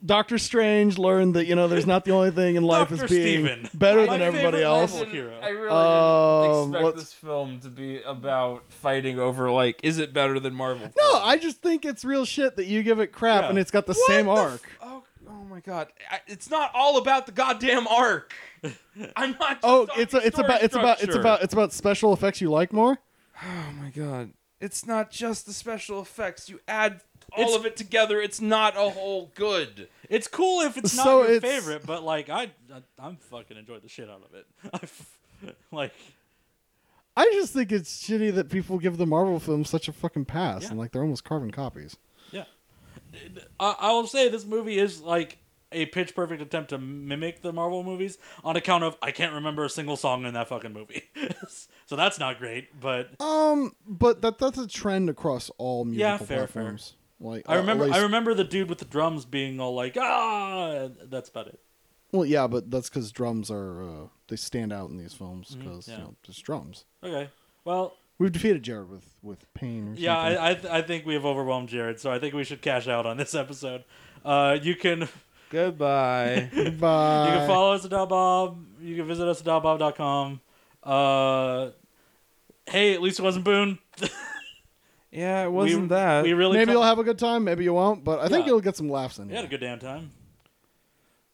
Doctor Strange learned that you know there's not the only thing in life Dr. is being Steven. better My than everybody favorite else. Marvel hero. I really Um, didn't expect let's- this film to be about fighting over like, is it better than Marvel? No, films? I just think it's real shit that you give it crap Yeah. and it's got the What same the arc. f- oh, oh my god, I, it's not all about the goddamn (laughs) arc. I'm not. Just oh, talking it's a, it's story about it's about it's structure. about it's about special effects you like more. Oh my god, it's not just the special effects. You add all It's- of it together. It's not a whole good. it's cool if it's not So your it's- favorite, but like I, I, I'm fucking enjoyed the shit out of it. (laughs) I f- like, I just think it's shitty that people give the Marvel films such a fucking pass Yeah. and like they're almost carbon copies. yeah. I, I will say this movie is like a pitch perfect attempt to mimic the Marvel movies on account of I can't remember a single song in that fucking movie, (laughs) so that's not great. But Um, but that that's a trend across all musical Yeah, fair, fair. platforms. Like I uh, remember, at I least- remember the dude with the drums being all like, ah, and that's about it. Well, yeah, but that's because drums are uh, they stand out in these films because Mm-hmm, yeah. you know just drums. Okay, well, We've defeated Jared with with pain. Or yeah, something. I, I, th- I think we have overwhelmed Jared, so I think we should cash out on this episode. Uh, you can. Goodbye. Bye. (laughs) You can follow us at DalBob. You can visit us at DalBob.com. Uh, hey, at least it wasn't Boone. (laughs) yeah, it We- wasn't that. We really maybe took- you'll have a good time. Maybe you won't. But I think Yeah. you'll get some laughs in We had a here. good damn time.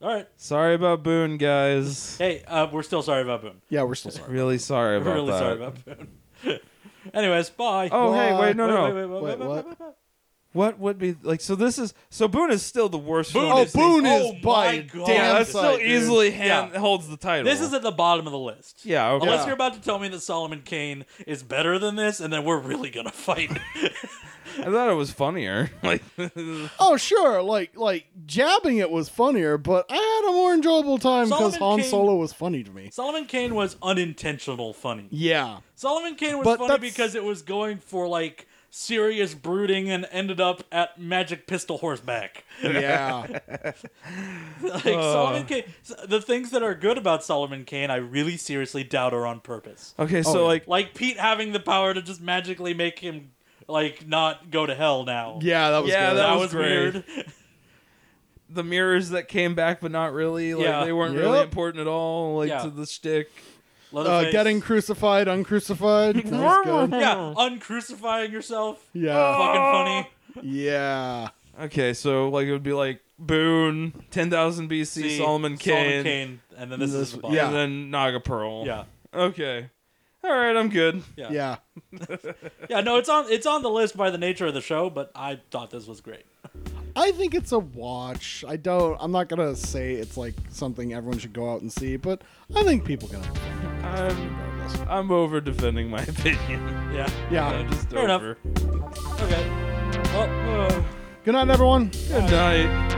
All right. Sorry about Boone, guys. Hey, uh, we're still sorry about Boone. Yeah, we're still sorry. Really sorry about We're really that. sorry about Boone. (laughs) Anyways, bye. Oh, hey, Why? wait, no, Wait, no. wait, wait, wait, Wait, wait, what? wait, wait, wait. What would be like? So this is so Boone is still the worst. Boone film Oh, to see. Boone is Oh, by my a God. damn yeah, that's sight, still dude. easily hand holds the title. This is at the bottom of the list. yeah. Okay. Unless you're about to tell me that Solomon Kane is better than this, and then we're really gonna fight. (laughs) I thought it was funnier. (laughs) Like, Oh sure, like like jabbing it was funnier, but I had a more enjoyable time because Solomon Han Kane- Solo was funny to me. Solomon Kane was unintentional funny. Yeah, Solomon Kane was But funny that's- because it was going for like serious brooding and ended up at magic pistol horseback. (laughs) Yeah. like Solomon Kane, the things that are good about Solomon Kane, I really seriously doubt are on purpose. Okay, so Oh, yeah. like Like Pete having the power to just magically make him like not go to hell now. (laughs) Yeah, that was Uh, Yeah, good. that that, was was, great. weird. the mirrors that came back, but not really. Like Yeah. they weren't Yep. really important at all. Like Yeah. to the shtick. uh, Leatherface- getting crucified, (laughs) uncrucified. That was good. (laughs) yeah, uncrucifying yourself. Yeah. Fucking funny. Yeah. Okay, so like it would be like Boone, ten thousand BC, See, Solomon Kane, Kane, and then this, is This- the boss. yeah. and then Naga Pearl. yeah, Okay. All right, I'm good. yeah, Yeah. Yeah, No, it's on it's on the list by the nature of the show, but I thought this was great. I think it's a watch. I don't. I'm not gonna say it's like something everyone should go out and see, but I think people can. I'm I'm over defending my (laughs) opinion. Yeah, I'm Yeah. just Fair enough. over. Okay. Well, uh, Good night, everyone. Good night.